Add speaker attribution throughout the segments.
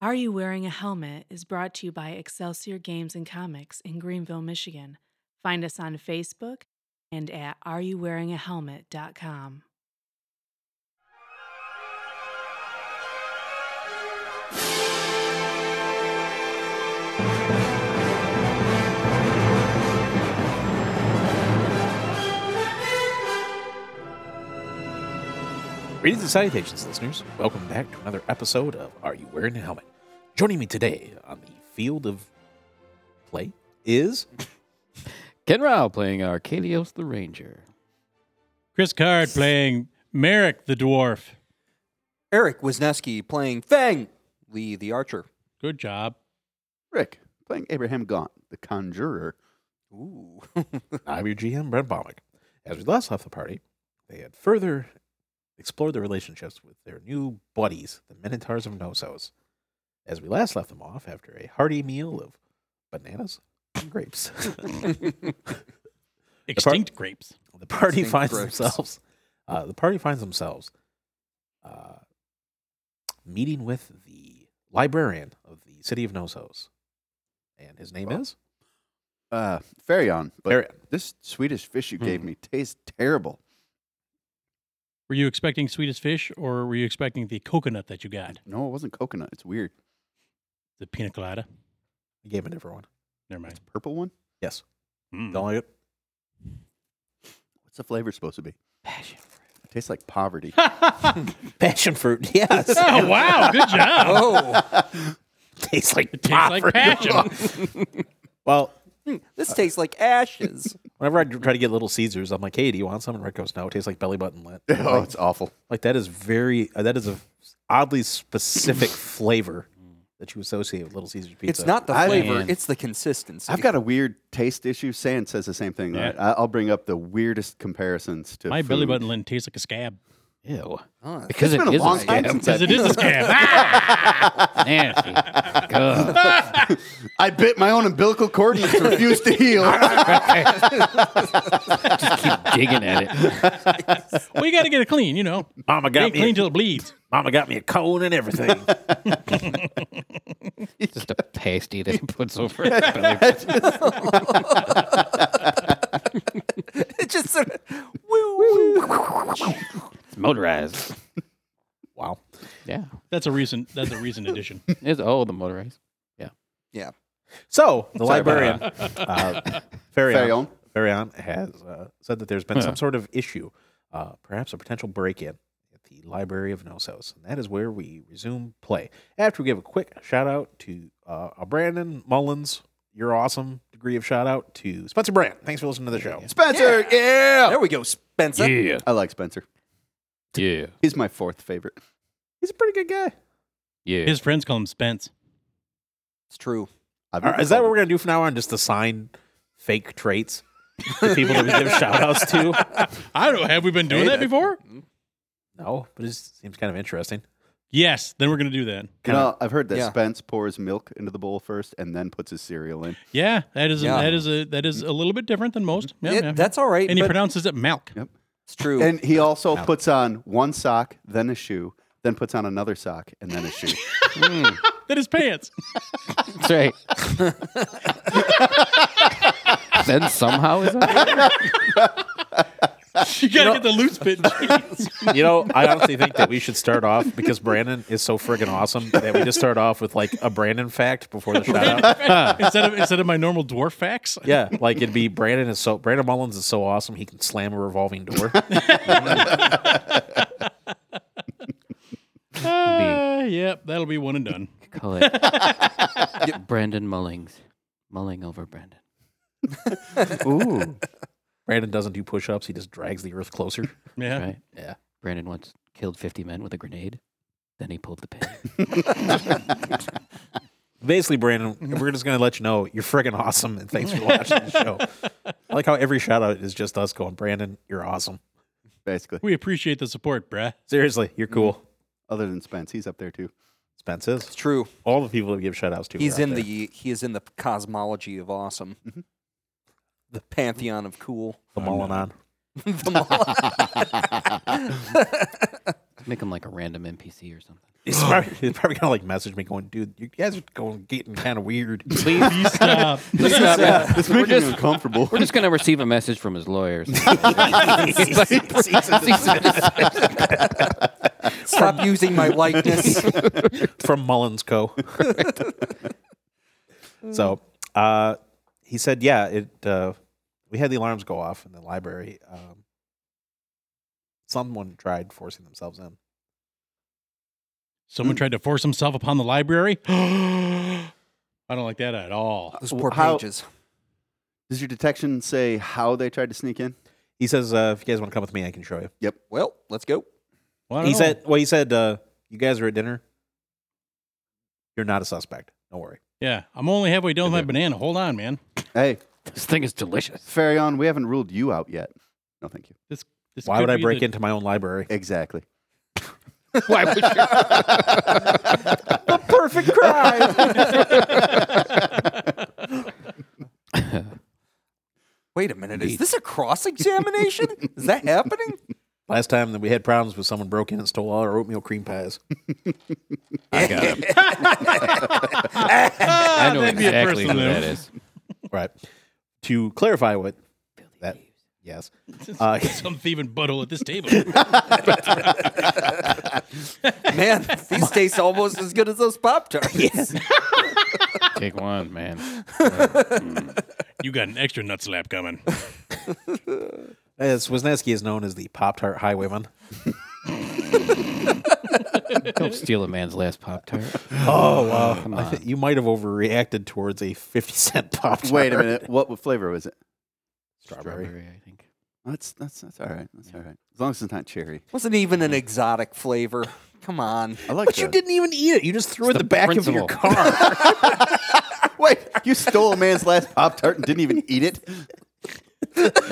Speaker 1: Are You Wearing a Helmet is brought to you by Excelsior Games and Comics in Greenville, Michigan. Find us on Facebook and at areyouwearingahelmet.com.
Speaker 2: Greetings and salutations, listeners. Welcome back to another episode of Are You Wearing a Helmet? Joining me today on the field of play is
Speaker 3: Ken Rao playing Arcadios the Ranger.
Speaker 4: Chris Card playing Merrick the Dwarf.
Speaker 5: Eric Wisneski playing Fang Lee the Archer.
Speaker 4: Good job.
Speaker 6: Rick, playing Abraham Gaunt, the conjurer.
Speaker 5: Ooh.
Speaker 2: I'm your GM, Brent Baumick. As we last left the party, they had further explored their relationships with their new buddies, the Minotaurs of Nosos. As we last left them off after a hearty meal of bananas and grapes.
Speaker 4: Extinct grapes.
Speaker 2: the party
Speaker 5: Distinct
Speaker 2: finds
Speaker 5: groups.
Speaker 2: themselves uh, the party finds themselves uh, meeting with the librarian of the city of Nosos, and his name
Speaker 6: Well,
Speaker 2: is
Speaker 6: Uh, Farion, but
Speaker 2: Farion.
Speaker 6: this Swedish fish you gave
Speaker 2: Hmm.
Speaker 6: me tastes terrible.
Speaker 4: Were you expecting sweetest fish or were you expecting the coconut that you got?
Speaker 6: No, it wasn't coconut. It's weird.
Speaker 4: The pina colada?
Speaker 2: I gave it to everyone.
Speaker 4: Never mind.
Speaker 6: Purple one?
Speaker 2: Yes,
Speaker 4: Mm.
Speaker 2: don't like it.
Speaker 6: What's the flavor supposed to be? It tastes like poverty.
Speaker 2: Passion fruit. Yes,
Speaker 4: Oh, wow. Good job.
Speaker 5: oh,
Speaker 2: tastes like
Speaker 4: It tastes like passion.
Speaker 2: well,
Speaker 5: this tastes like ashes.
Speaker 2: whenever I try to get Little Caesars, I'm like, "Hey, do you want some?" And Rick goes, "No, it tastes like belly button lint." I'm
Speaker 6: oh,
Speaker 2: like,
Speaker 6: it's awful.
Speaker 2: like that is very uh, that is a oddly specific flavor that you associate with Little Caesars pizza.
Speaker 5: it's not the
Speaker 6: I-
Speaker 5: flavor,
Speaker 2: Man.
Speaker 5: it's the consistency.
Speaker 6: I've got a weird taste issue. Sand says the same thing.
Speaker 4: Yeah.
Speaker 6: right? I- I'll bring up the weirdest comparisons to
Speaker 4: My
Speaker 6: food.
Speaker 4: belly button lint tastes like a scab.
Speaker 2: ew.
Speaker 5: Huh.
Speaker 6: It's
Speaker 3: Because
Speaker 6: Oh, been
Speaker 3: it
Speaker 6: a
Speaker 3: is
Speaker 6: long
Speaker 3: a
Speaker 6: time
Speaker 3: scam.
Speaker 6: since
Speaker 4: Because it is a scab. Ah!
Speaker 6: I-
Speaker 3: Nasty. God.
Speaker 6: I bit my own umbilical cord and it's refused to heal.
Speaker 3: Digging at it.
Speaker 4: well, you got to get it clean, you know.
Speaker 2: Mama
Speaker 4: Get
Speaker 2: got
Speaker 4: it
Speaker 2: me.
Speaker 4: clean
Speaker 2: A,
Speaker 4: till it bleeds.
Speaker 2: Mama got me a cone and everything.
Speaker 3: Just a pasty that he puts over his belly.
Speaker 5: it just sort of. Woo, woo.
Speaker 3: It's motorized.
Speaker 2: wow.
Speaker 3: Yeah.
Speaker 4: That's a recent. That's a recent addition.
Speaker 3: It's all the motorized.
Speaker 2: So the
Speaker 6: Sorry
Speaker 2: librarian,
Speaker 6: about
Speaker 2: uh, Farion,
Speaker 6: Farion.
Speaker 2: Farion has uh, said that there's been
Speaker 3: Huh.
Speaker 2: some sort of issue, uh, perhaps a potential break-in at the Library of Nosos, and that is where we resume play. After we give a quick shout out to uh, uh, Brandon Mullins, your awesome degree of shout out to Spencer Brand. Thanks for listening to the show.
Speaker 6: Spencer, yeah.
Speaker 5: There we go, Spencer.
Speaker 3: Yeah.
Speaker 6: I like Spencer.
Speaker 3: Yeah.
Speaker 6: He's my fourth favorite.
Speaker 2: He's a pretty good guy.
Speaker 3: Yeah.
Speaker 4: His friends call him Spence.
Speaker 5: It's true.
Speaker 6: I've
Speaker 2: All
Speaker 6: never
Speaker 2: right, Uh, is that
Speaker 6: called
Speaker 2: what
Speaker 6: him-
Speaker 2: we're gonna do from now on? Just assign fake traits to people that we give shout outs to?
Speaker 4: I don't. Have we been doing
Speaker 5: Hey,
Speaker 4: that
Speaker 5: that-
Speaker 4: before?
Speaker 2: No, but it just seems kind of interesting.
Speaker 4: Yes. Then we're gonna do that.
Speaker 6: You
Speaker 2: Kinda-
Speaker 6: know, I've heard that
Speaker 5: Yeah.
Speaker 6: Spence pours milk into the bowl first and then puts his cereal in.
Speaker 4: Yeah. That is.
Speaker 5: Yeah.
Speaker 4: A, that is a. That is a little bit different than most. Yeah.
Speaker 5: It-
Speaker 4: yeah.
Speaker 5: That's all right.
Speaker 4: and he
Speaker 5: but
Speaker 4: pronounces it Malk.
Speaker 5: it's true.
Speaker 6: And he also puts on one sock, then a shoe, then puts on another sock, and then a shoe.
Speaker 3: Mm,
Speaker 4: That is pants.
Speaker 3: that's right. then somehow is that?
Speaker 4: you gotta get the loose fit.
Speaker 2: You know, I honestly think that we should start off because Brandon is so friggin' awesome that we just start off with like a Brandon fact before the shout out.
Speaker 4: instead of instead of my normal dwarf facts.
Speaker 2: Yeah, like it'd be Brandon is so Brandon Mullins is so awesome he can slam a revolving door.
Speaker 4: Uh, yep, that'll be one and done.
Speaker 3: Call it Brandon Mullings. Mulling over Brandon.
Speaker 6: Ooh.
Speaker 2: Brandon doesn't do push ups, he just drags the earth closer.
Speaker 4: Yeah.
Speaker 3: Right?
Speaker 2: Yeah.
Speaker 3: Brandon once killed 50 men with a grenade. Then he pulled the pin.
Speaker 2: Basically, Brandon, we're just gonna let you know you're friggin' awesome and thanks for watching the show. I like how every shout out is just us going, Brandon, you're awesome.
Speaker 6: Basically.
Speaker 4: We appreciate the support, bruh.
Speaker 2: Seriously, you're
Speaker 5: Mm-hmm.
Speaker 2: cool.
Speaker 6: Other than Spence, he's up there too.
Speaker 2: Spence is.
Speaker 5: it's true.
Speaker 2: All the people that we give shout outs to.
Speaker 5: He's
Speaker 2: are out
Speaker 5: in
Speaker 2: there.
Speaker 5: the he is in the cosmology of awesome. The pantheon of cool.
Speaker 2: the Molinon.
Speaker 5: The mo-
Speaker 3: Make him like a random NPC or something.
Speaker 2: He's probably, he's probably gonna like message me going, dude, you guys are going getting kind of weird.
Speaker 4: Please stop.
Speaker 6: This is,
Speaker 3: Stop.
Speaker 6: uh, this is
Speaker 3: We're
Speaker 6: making me
Speaker 3: just-
Speaker 6: uncomfortable.
Speaker 3: We're just gonna receive a message from his lawyers. It's like-
Speaker 5: Stop using my likeness.
Speaker 2: from Mullins Co. so uh, he said, yeah, it. Uh, we had the alarms go off in the library. Um, someone tried forcing themselves in.
Speaker 4: Someone tried to force himself upon the library. I don't like that at all.
Speaker 5: Those poor
Speaker 6: How-
Speaker 5: pages.
Speaker 6: Does your detection say how they tried to sneak in?
Speaker 2: He says, uh, if you guys want to come with me, I can show you.
Speaker 5: Well, let's go.
Speaker 4: Well, I don't
Speaker 2: He
Speaker 4: know.
Speaker 2: said, well, he said, uh, you guys are at dinner. You're not a suspect. Don't worry.
Speaker 4: "Yeah, I'm only halfway done with my banana. Hold on, man.
Speaker 6: Hey,
Speaker 3: this thing is delicious.
Speaker 6: Farion, we haven't ruled you out yet. No, thank you.
Speaker 4: This
Speaker 2: Why
Speaker 4: could
Speaker 2: would I
Speaker 4: be
Speaker 2: break
Speaker 4: the-
Speaker 2: into my own library?
Speaker 6: Exactly.
Speaker 3: Why would you?
Speaker 2: the perfect crime.
Speaker 5: Wait a minute.
Speaker 3: Indeed.
Speaker 5: Is this a cross examination? is that happening?
Speaker 2: Last time that we had problems with someone broke in and stole all our oatmeal cream pies.
Speaker 3: I know
Speaker 4: that'd be a
Speaker 3: exactly who
Speaker 4: person, though.
Speaker 3: that is.
Speaker 2: Right. To clarify what that yes. Uh,
Speaker 4: Some thieving butthole at this table.
Speaker 5: Man, these taste almost as good as those Pop Tarts.
Speaker 3: Take one, man.
Speaker 4: you got an extra nut slap coming.
Speaker 2: as Wisniewski is known as the Pop Tart Highwayman.
Speaker 3: Don't steal a man's last pop tart.
Speaker 2: Oh wow. I thi- you might have overreacted towards a fifty cent Pop Tart.
Speaker 6: Wait a minute. What, what flavor was it?
Speaker 2: Strawberry.
Speaker 3: I think.
Speaker 6: That's that's that's all right. That's all right. As long as it's not cherry.
Speaker 5: Wasn't even an exotic flavor. Come on.
Speaker 6: I like
Speaker 2: But
Speaker 6: that.
Speaker 2: you didn't even eat it. You just threw it in
Speaker 3: the
Speaker 2: the back of your
Speaker 3: principle.
Speaker 2: car.
Speaker 6: Wait, you stole a man's last Pop Tart and didn't even eat it?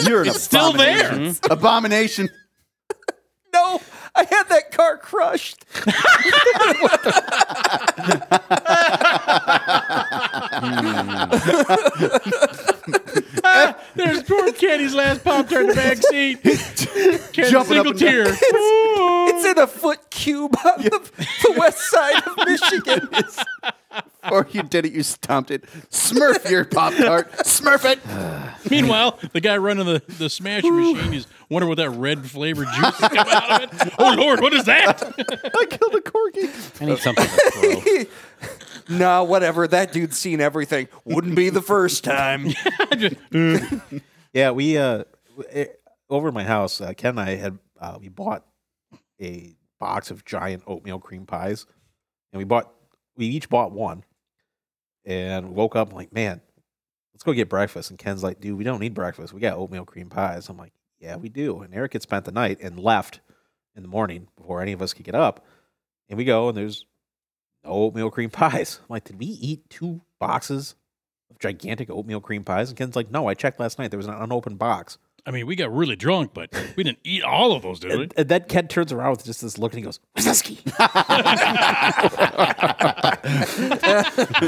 Speaker 6: You're an
Speaker 4: It's still there.
Speaker 6: abomination. Abomination.
Speaker 5: No, I had that car crushed.
Speaker 4: There's poor Kenny's last pop tart in the back seat. Ken's
Speaker 6: Jumping up
Speaker 4: single
Speaker 6: and down.
Speaker 4: tear.
Speaker 5: It's in a foot cube on the, the west side of Michigan.
Speaker 6: Or you did it, you stomped it. Smurf your Pop Tart. Smurf it.
Speaker 4: Meanwhile, the guy running the, the smasher machine is wondering what that red flavored juice is coming out of it. Oh Lord, what is that?
Speaker 6: I killed a corgi.
Speaker 3: I need something to throw.
Speaker 5: nah, whatever. That dude's seen everything. Wouldn't be the first time.
Speaker 2: yeah, we uh w- it, over at my house, uh, Ken and I had uh, we bought a box of giant oatmeal cream pies, and we bought we each bought one, and woke up like, man, let's go get breakfast. And Ken's like, dude, we don't need breakfast. We got oatmeal cream pies. I'm like, yeah, we do. And Eric had spent the night and left in the morning before any of us could get up, and we go and there's no oatmeal cream pies. I'm like, did we eat two boxes? of Gigantic oatmeal cream pies, and Ken's like, "No, I checked last night. There was an unopened box."
Speaker 4: I mean, we got really drunk, but we didn't eat all of those, did we?
Speaker 2: And, and then Ken turns around with just this look and he goes, Wazeski.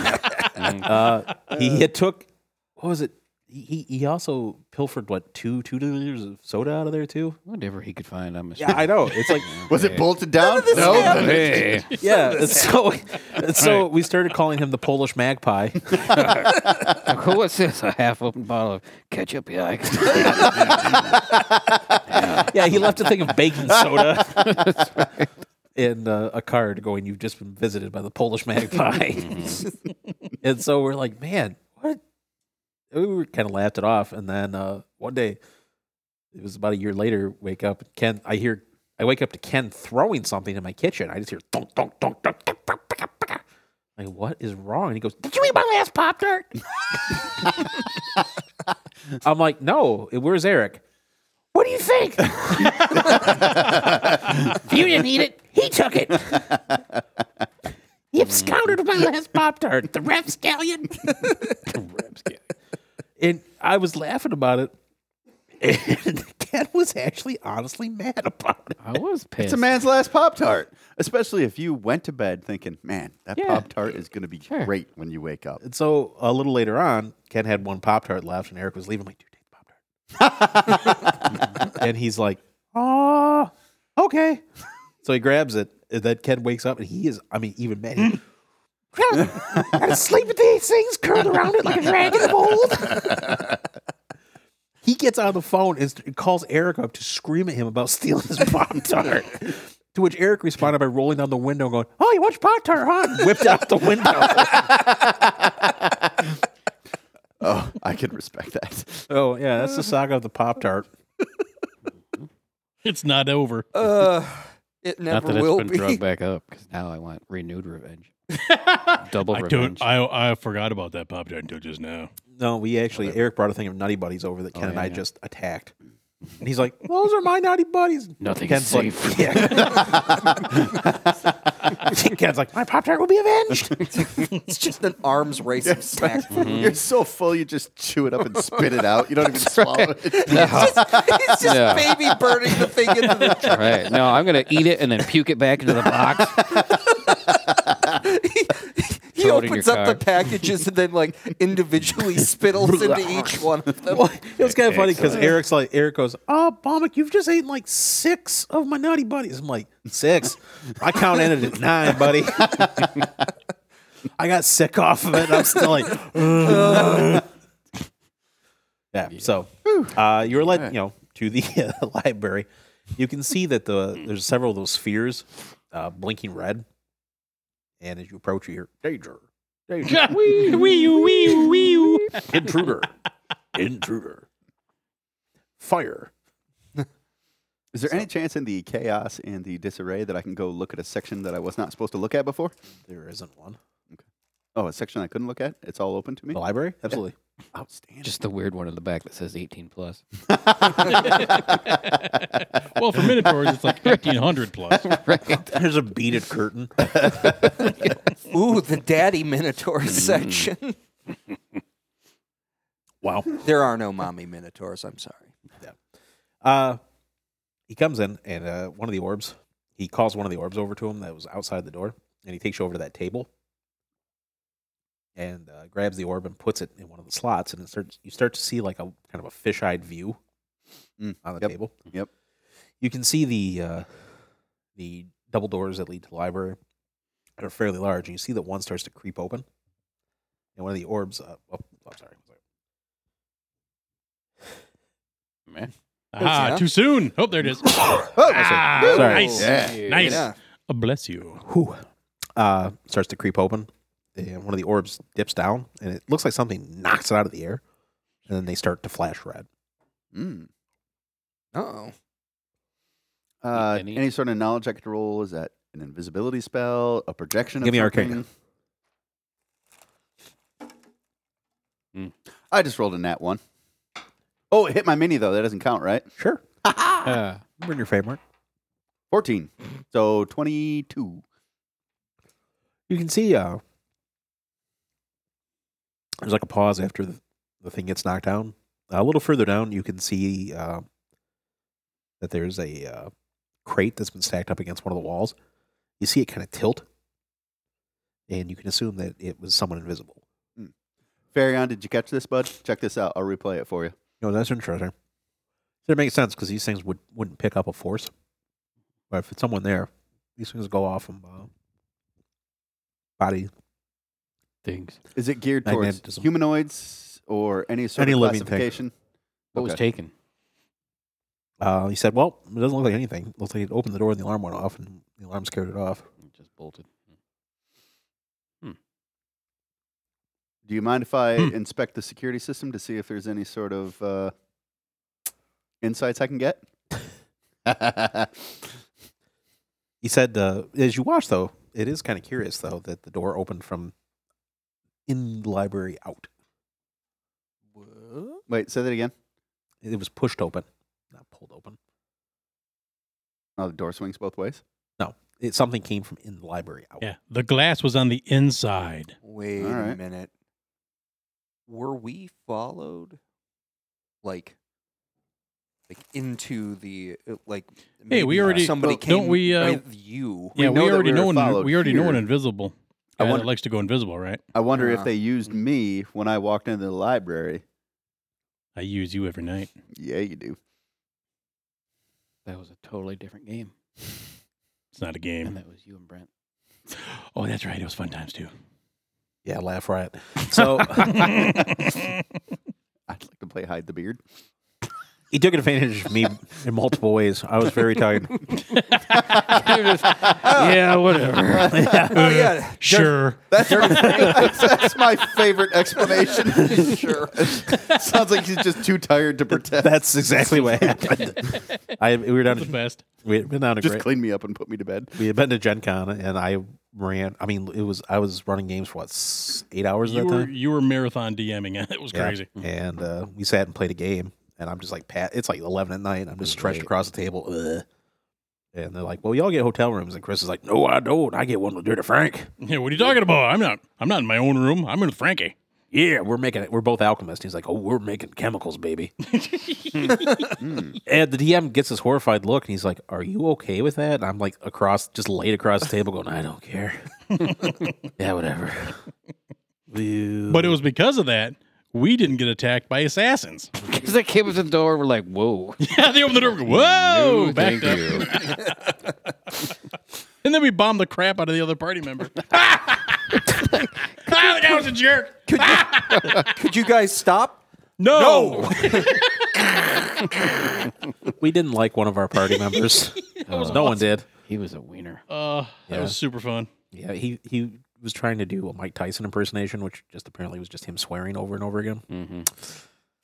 Speaker 2: uh, he had took, what was it? He, he- he also pilfered, what, two, two liters of soda out of there, too?
Speaker 3: Whatever he could find, I'm
Speaker 2: Yeah,
Speaker 3: assuming.
Speaker 2: I know. It's like,
Speaker 6: Was it bolted down? No.
Speaker 3: Hey.
Speaker 2: yeah. and so and so we started calling him the Polish magpie.
Speaker 3: Now, cool, what's this? A half open bottle of ketchup? Yeah. I can-
Speaker 2: Yeah, he left a thing of baking soda in uh, a card going, You've just been visited by the Polish magpie. and so we're like, Man, what? And We were kind of laughed it off. And then uh, one day, it was about a year later, wake up, Ken, I hear, I wake up to Ken throwing something in my kitchen. I just hear, thunk, thunk, thunk, thunk, thunk, thunk, thunk, thunk. Like, what is wrong? And he goes, Did you eat my last Pop Tart? I'm like, No, where's Eric? What do you think? if you didn't eat it, he took it. He absconded with my last Pop Tart, the rapscallion. And I was laughing about it. And Ken was actually honestly mad about it.
Speaker 3: I was pissed.
Speaker 6: It's a man's last Pop Tart. Especially if you went to bed thinking, man, that Pop Tart is going to be great when you wake up.
Speaker 2: And so a little later on, Ken had one Pop Tart left, and Eric was leaving. I'm like, dude, take the Pop Tart. and he's like, oh, okay. So he grabs it. and Then Ken wakes up and he is, I mean, even mad. He- I was sleeping with these things curled around it like a dragon of old. he gets on the phone and st- calls Eric up to scream at him about stealing his Pop Tart. to which Eric responded by rolling down the window and going, Oh, you watch Pop Tart, huh? And whipped out the window.
Speaker 6: Oh, I can respect that.
Speaker 2: oh, yeah, that's the saga of the Pop Tart.
Speaker 4: It's not over.
Speaker 5: Uh, it
Speaker 3: Not
Speaker 5: never
Speaker 3: that it's
Speaker 5: will
Speaker 3: been
Speaker 5: be.
Speaker 3: drugged back up, because now I want renewed revenge. Double
Speaker 4: I
Speaker 3: revenge.
Speaker 4: don't. I I forgot about that pop tart until just now.
Speaker 2: No, we actually,
Speaker 3: Whatever.
Speaker 2: Eric brought a thing of Nutty Buddies over that Ken
Speaker 3: Oh,
Speaker 2: and
Speaker 3: yeah,
Speaker 2: I
Speaker 3: yeah.
Speaker 2: just attacked. And he's like, Those are my Nutty Buddies.
Speaker 3: Nothing's
Speaker 2: Ken's like,
Speaker 3: safe.
Speaker 2: yeah. Ken's like, my Pop Tart will be avenged.
Speaker 5: It's just an arms race of snack food.
Speaker 6: You're so full, you just chew it up and spit it out. You don't even swallow it.
Speaker 5: It's just
Speaker 3: Yeah.
Speaker 5: baby burning the thing into the.
Speaker 3: right. No, I'm going to eat it and then puke it back into the box.
Speaker 5: He
Speaker 3: Throw it in
Speaker 5: opens
Speaker 3: your
Speaker 5: up
Speaker 3: car.
Speaker 5: the packages and then like individually spittles into each one of them.
Speaker 2: Well, it was kind of funny because Eric's like, Eric goes, "Oh, Bombic, you've just eaten like six of my naughty buddies." I'm like, six? I counted it at nine, buddy. I got sick off of it. and I'm still like, yeah. So uh, you were led, you know, to the uh, library. You can see that the there's several of those spheres uh, blinking red, and as you approach, you hear danger, danger,
Speaker 4: wee wee wee wee.
Speaker 2: intruder, intruder, fire.
Speaker 6: Is there any chance in the chaos and the disarray that I can go look at a section that I was not supposed to look at before?
Speaker 2: There isn't one.
Speaker 6: Oh, a section I couldn't look at? It's all open to me?
Speaker 2: The library? Absolutely.
Speaker 6: Outstanding.
Speaker 3: Just the weird one in the back that says 18 plus.
Speaker 4: Well, for Minotaurs, it's like fifteen hundred plus.
Speaker 2: There's a beaded curtain.
Speaker 5: Ooh, the daddy minotaur
Speaker 3: Mm.
Speaker 5: section.
Speaker 2: Wow.
Speaker 5: There are no mommy minotaurs. I'm sorry.
Speaker 2: Uh, he comes in, and uh, one of the orbs, he calls one of the orbs over to him that was outside the door, and he takes you over to that table and uh, grabs the orb and puts it in one of the slots, and it starts, you start to see like a kind of a fisheyed view
Speaker 6: Mm,
Speaker 2: on the
Speaker 6: yep,
Speaker 2: table.
Speaker 6: yep.
Speaker 2: You can see the uh, the double doors that lead to the library that are fairly large, and you see that one starts to creep open, and one of the orbs. Uh, oh, I'm sorry.
Speaker 3: Man.
Speaker 4: Ah, too soon. Oh, there it is.
Speaker 6: Oh,
Speaker 4: Ah,
Speaker 6: that's it.
Speaker 5: Sorry.
Speaker 4: Nice,
Speaker 6: Yeah.
Speaker 4: nice.
Speaker 5: Yeah.
Speaker 4: Oh, bless you.
Speaker 2: whew, uh, starts to creep open, and one of the orbs dips down, and it looks like something knocks it out of the air, and then they start to flash red.
Speaker 6: Mm.
Speaker 5: Oh,
Speaker 6: Uh,
Speaker 3: Any-
Speaker 6: any? sort of knowledge I could roll? Is that an invisibility spell? A projection?
Speaker 2: Give
Speaker 6: of
Speaker 2: me
Speaker 6: something?
Speaker 2: Arcana. Hmm.
Speaker 3: Mm.
Speaker 6: I just rolled a nat one. Oh, it hit my mini though. That doesn't count, right?
Speaker 2: Sure,
Speaker 3: Uh,
Speaker 2: bring your favorite.
Speaker 6: Fourteen. So twenty-two.
Speaker 2: You can see uh, there's like a pause after the, the thing gets knocked down. a little further down, you can see uh, that there's a uh, crate that's been stacked up against one of the walls. You see it kind of tilt, and you can assume that it was someone invisible.
Speaker 6: Farion, did you catch this, bud? Check this out. I'll replay it for you.
Speaker 2: No, that's interesting. It makes sense because these things would wouldn't pick up a force, but if it's someone there, these things go off from uh, body.
Speaker 3: things.
Speaker 6: Is it geared towards
Speaker 2: Magnetism.
Speaker 6: humanoids or any sort
Speaker 2: Any
Speaker 6: of
Speaker 2: living thing.
Speaker 6: classification?
Speaker 3: What was
Speaker 6: Okay.
Speaker 3: taken?
Speaker 2: Uh, he said, "Well, it doesn't look like anything. Looks like it opened the door and the alarm went off, and the alarm scared it off."
Speaker 3: It just bolted.
Speaker 6: Do you mind if I
Speaker 4: Hmm.
Speaker 6: inspect the security system to see if there's any sort of uh, insights I can get?
Speaker 2: He said, uh, "As you watch, though, it is kind of curious, though, that the door opened from in the library out.
Speaker 6: Wait, say that again.
Speaker 2: It was pushed open, not pulled open.
Speaker 6: Oh, the door swings both ways.
Speaker 2: It something came from in the library out.
Speaker 4: Yeah, the glass was on the inside.
Speaker 5: wait
Speaker 6: All
Speaker 5: a
Speaker 6: right.
Speaker 5: minute. Were we followed? Like, like into the uh, like?
Speaker 4: Hey, we
Speaker 5: maybe
Speaker 4: already-
Speaker 5: somebody
Speaker 4: Well,
Speaker 5: came
Speaker 4: don't we, uh,
Speaker 5: with you.
Speaker 4: yeah,
Speaker 6: know
Speaker 4: we
Speaker 6: that
Speaker 4: already
Speaker 6: we were
Speaker 4: know an,
Speaker 6: followed
Speaker 4: we already know an
Speaker 6: here.
Speaker 4: invisible.
Speaker 6: I
Speaker 4: Guy that
Speaker 6: wonder-
Speaker 4: likes to go invisible, right?
Speaker 6: I wonder
Speaker 5: Yeah.
Speaker 6: if they used me when I walked into the library.
Speaker 4: I use you every night.
Speaker 6: Yeah, you do.
Speaker 3: That was a totally different game.
Speaker 4: It's not a
Speaker 3: And
Speaker 4: game.
Speaker 3: that was you and Brent.
Speaker 4: Oh, that's right. It was fun times too.
Speaker 2: Yeah, laugh riot. So
Speaker 6: I'd like to play hide the beard.
Speaker 2: he took advantage of me in multiple ways. I was very tired.
Speaker 3: yeah, whatever.
Speaker 5: oh yeah,
Speaker 4: sure.
Speaker 6: That's, that's my favorite explanation. sure. Sounds like he's just too tired to protest.
Speaker 2: That's exactly what happened. I we were down
Speaker 4: The
Speaker 2: to,
Speaker 4: best.
Speaker 2: we had been down to
Speaker 6: just
Speaker 2: great,
Speaker 6: clean me up and put me to bed.
Speaker 2: we had been to Gen Con and I ran. I mean, it was I was running games for what s- eight hours
Speaker 4: You
Speaker 2: that
Speaker 4: were
Speaker 2: time.
Speaker 4: you were marathon DMing and it was
Speaker 2: Yeah.
Speaker 4: crazy. Mm-hmm.
Speaker 2: And uh, we sat and played a game, and I'm just like, Pat, it's like 11 at night. and I'm just stretched across the table. Ugh. And they're like, well, y'all get hotel rooms. And Chris is like, no, I don't. I get one with Dirty Frank.
Speaker 4: Yeah, what are you talking about? I'm not I'm not in my own room. I'm in with Frankie.
Speaker 2: Yeah, we're making it. We're both alchemists. He's like, oh, we're making chemicals, baby. and the DM gets this horrified look, and he's like, are you okay with that? And I'm like, across, just laid across the table going, I don't care. yeah, whatever.
Speaker 4: But it was because of that we didn't get attacked by assassins.
Speaker 3: Because they came with the door, we're like, whoa.
Speaker 4: Yeah, they opened the door. we go, Whoa!
Speaker 3: No,
Speaker 4: backed
Speaker 3: thank
Speaker 4: up.
Speaker 3: you.
Speaker 4: And then we bombed the crap out of the other party member. ah, the guy was a jerk.
Speaker 5: could you guys stop?
Speaker 4: No.
Speaker 2: We didn't like one of our party members. no one did.
Speaker 3: He was a wiener.
Speaker 4: Uh, that
Speaker 2: Yeah.
Speaker 4: was super fun.
Speaker 2: Yeah, he he was trying to do a Mike Tyson impersonation, which just apparently was just him swearing over and over again.
Speaker 3: Mm-hmm.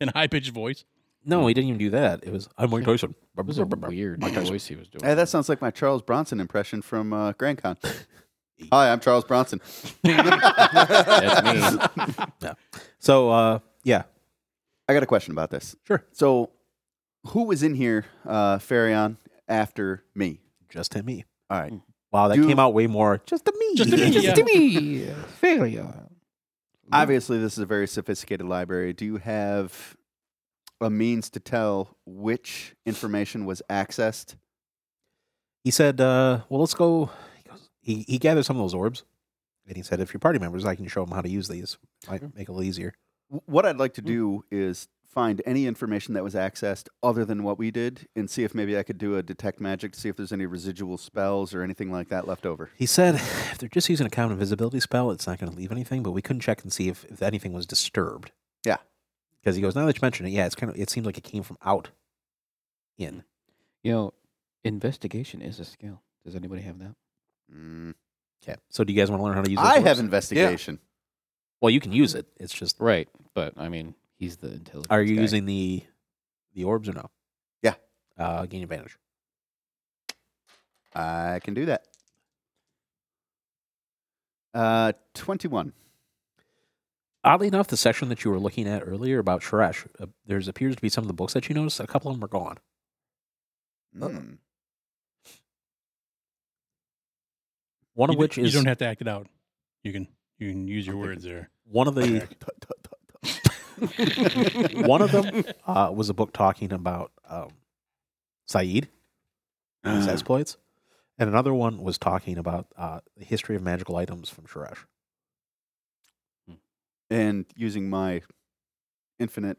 Speaker 4: In a high pitched voice.
Speaker 2: No, he didn't even do that. It was I'm Mike Tyson.
Speaker 3: It was a weird voice he was doing.
Speaker 6: Hey, that sounds like my Charles Bronson impression from uh, Grand Con. Hi, I'm Charles Bronson.
Speaker 3: That's me.
Speaker 2: So uh, yeah,
Speaker 6: I got a question about this.
Speaker 2: Sure.
Speaker 6: So, who was in here, uh, Farion, after me? Mm-hmm.
Speaker 2: just to me.
Speaker 6: All right.
Speaker 2: Wow, that
Speaker 6: Dude.
Speaker 2: came out way more. Just to me.
Speaker 4: Just to me, yeah.
Speaker 3: me. Failure.
Speaker 6: Obviously, this is a very sophisticated library. Do you have a means to tell which information was accessed?
Speaker 2: He said, uh, "Well, let's go." He, goes, he he gathered some of those orbs, and he said, "If you're party members, I can show them how to use these. Might make it a little easier."
Speaker 6: W- What I'd like to do is find any information that was accessed other than what we did and see if maybe I could do a detect magic to see if there's any residual spells or anything like that left over.
Speaker 2: He said, "If they're just using a common invisibility spell, it's not going to leave anything. But we couldn't check and see if, if anything was disturbed."
Speaker 6: Yeah.
Speaker 2: because he goes, "Now that you mention it, yeah, it's kind of. It seemed like it came from out, in."
Speaker 3: You know, investigation is a skill. Does anybody have that?
Speaker 6: Mm.
Speaker 2: Okay. So do you guys want to learn how to use? those
Speaker 6: I have
Speaker 2: orbs?
Speaker 6: investigation.
Speaker 2: Well, you can use it. It's just
Speaker 3: Right. But, I mean, he's the intelligent.
Speaker 2: are you using the the orbs or no?
Speaker 6: Yeah.
Speaker 2: Uh, gain advantage.
Speaker 6: I can do that. Uh, 21.
Speaker 2: Oddly enough, the section that you were looking at earlier about Shresh, uh, there's appears to be some of the books that you noticed. A couple of them are gone.
Speaker 6: Mm.
Speaker 2: One of
Speaker 4: You d-
Speaker 2: which is
Speaker 4: you don't have to act it out. You can you can use your words there.
Speaker 2: one of the one of them uh, was a book talking about um, Saeed, and his exploits, and another one was talking about uh, the history of magical items from Shresh.
Speaker 6: And using my infinite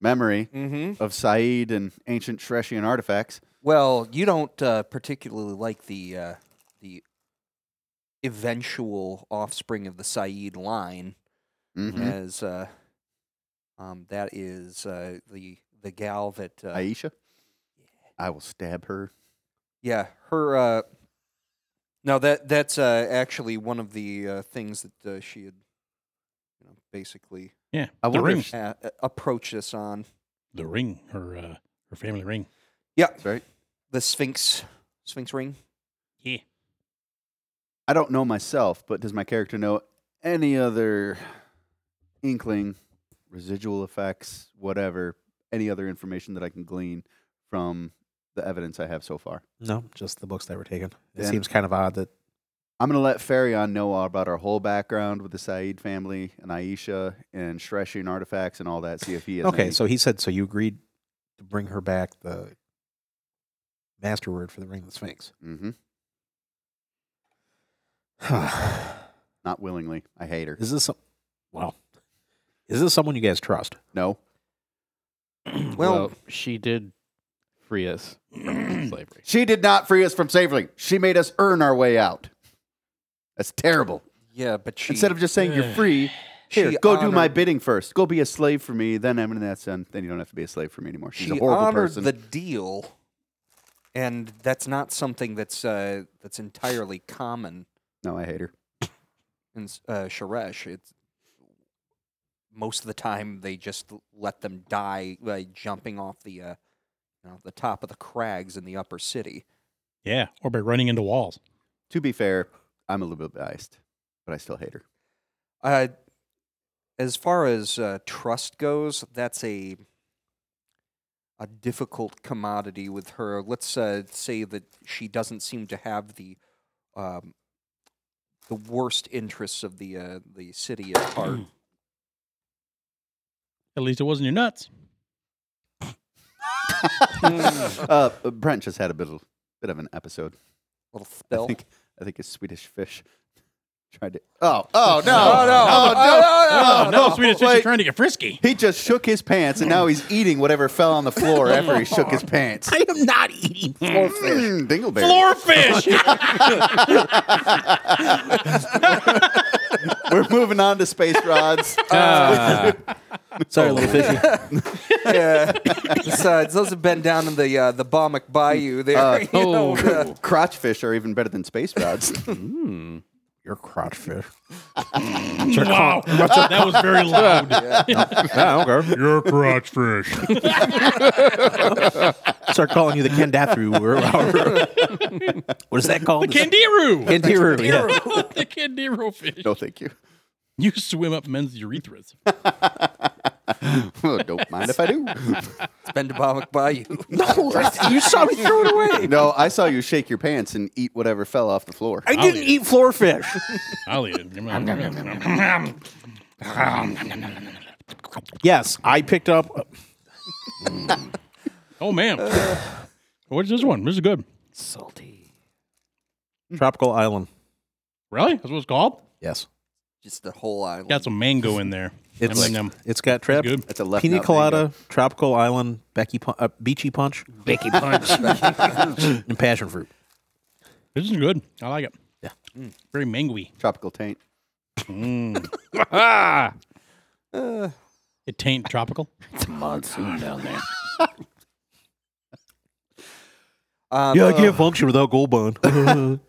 Speaker 6: memory
Speaker 5: Mm-hmm.
Speaker 6: of Saeed and ancient Shreshian artifacts.
Speaker 5: Well, you don't uh, particularly like the uh, the eventual offspring of the Saeed line,
Speaker 6: Mhm.
Speaker 5: as uh, um, that is uh, the the gal that uh,
Speaker 6: Aisha? I will stab her.
Speaker 5: Yeah, her. Uh, no, that that's uh, actually one of the uh, things that uh, she had, you know, basically
Speaker 4: Yeah.
Speaker 6: I
Speaker 4: the
Speaker 6: wonder
Speaker 4: ring.
Speaker 6: if-
Speaker 5: uh, uh, approached us on
Speaker 4: The ring. Her uh, her family ring.
Speaker 6: That's right.
Speaker 5: the Sphinx, Sphinx ring.
Speaker 4: Yeah.
Speaker 6: I don't know myself, but does my character know any other inkling, residual effects, whatever, any other information that I can glean from the evidence I have so far?
Speaker 2: No, just the books that were taken. It
Speaker 6: Yeah.
Speaker 2: seems kind of odd that
Speaker 6: I'm going to let Farion know all about our whole background with the Saeed family and Aisha and Shreshian artifacts and all that. See if he has
Speaker 2: Okay,
Speaker 6: any-
Speaker 2: so he said so you agreed to bring her back the master word for the ring of the Sphinx.
Speaker 6: Mhm.
Speaker 2: is
Speaker 6: not willingly. I hate her.
Speaker 2: this some, well? Is this someone you guys trust?
Speaker 6: No.
Speaker 5: Well-
Speaker 3: she did
Speaker 7: free us from slavery.
Speaker 6: She did not free us from slavery. She made us earn our way out. That's terrible.
Speaker 5: Yeah, but she
Speaker 6: Instead of just saying you're free,
Speaker 5: she
Speaker 6: here, go do my
Speaker 5: honored-
Speaker 6: bidding first. Go be a slave for me, then I'm in that son. Then you don't have to be a slave for me anymore. She's
Speaker 5: she
Speaker 6: a horrible
Speaker 5: honored
Speaker 6: person.
Speaker 5: the deal, and that's not something that's uh, that's entirely common
Speaker 6: no, I hate her.
Speaker 5: in s- uh, Sharesh. It's most of the time they just l- let them die by jumping off the uh, you know, the top of the crags in the upper city.
Speaker 4: Yeah, or by running into walls.
Speaker 6: To be fair, I'm a little bit biased, but I still hate her.
Speaker 5: Uh, as far as uh, trust goes, that's a a difficult commodity with her. Let's uh, say that she doesn't seem to have the um, the worst interests of the uh, the city at heart.
Speaker 4: At least it wasn't your nuts.
Speaker 6: uh, Brent just had a bit of, bit of an episode.
Speaker 5: Little
Speaker 6: I
Speaker 5: spill.
Speaker 6: think I think it's Swedish fish. Tried to. Oh, oh no, oh no,
Speaker 5: Oh,
Speaker 4: Oh, no, Swedish fish are trying to get frisky.
Speaker 6: He just shook his pants, and now he's eating whatever fell on the floor after he shook his pants.
Speaker 2: I am not eating floor fish.
Speaker 6: Mm, Dingleberry.
Speaker 4: Hmm. Floor fish.
Speaker 6: We're moving on to space rods.
Speaker 2: Uh, Sorry, little fishy.
Speaker 5: Yeah. Besides, uh, those have been down in the uh, the Balmic Bayou there. you
Speaker 2: oh.
Speaker 5: know, uh,
Speaker 6: Crotch fish are even better than space rods.
Speaker 2: You're crotch fish.
Speaker 4: wow, that was very loud.
Speaker 2: Yeah, okay.
Speaker 4: Your crotch fish.
Speaker 2: Start calling you the Kendathu. or- or- what is that called?
Speaker 4: Candiru.
Speaker 2: Kendiru. Yeah.
Speaker 4: the Candiru fish.
Speaker 6: no, thank you.
Speaker 4: You swim up men's urethras.
Speaker 6: Don't mind if I do.
Speaker 5: it's been to Balmic Bayou.
Speaker 2: No, that's- you saw me throw it away.
Speaker 6: No, I saw you shake your pants and eat whatever fell off the floor.
Speaker 2: I didn't eat floor fish.
Speaker 4: I'll eat it.
Speaker 2: Yes, I picked up.
Speaker 4: oh, ma'am. What's this one? This is good.
Speaker 3: Salty.
Speaker 2: Tropical Island.
Speaker 4: Really? That's what it's called?
Speaker 2: Yes.
Speaker 5: Just the whole island.
Speaker 4: Got some mango in there.
Speaker 2: It's,
Speaker 4: Yum, yum, yum.
Speaker 2: it's got trap,
Speaker 4: Good.
Speaker 6: That's a left
Speaker 2: pina
Speaker 6: nut
Speaker 2: colada,
Speaker 6: mango.
Speaker 2: tropical island, Becky pun- uh, beachy punch,
Speaker 3: Bicky punch.
Speaker 2: and passion fruit.
Speaker 4: This is good. I like it.
Speaker 2: Yeah.
Speaker 4: Very mangoey.
Speaker 6: tropical taint.
Speaker 4: Mm. it taint tropical.
Speaker 3: it's a monsoon down there.
Speaker 5: Um,
Speaker 2: yeah, I can't function without gold bond.
Speaker 6: That-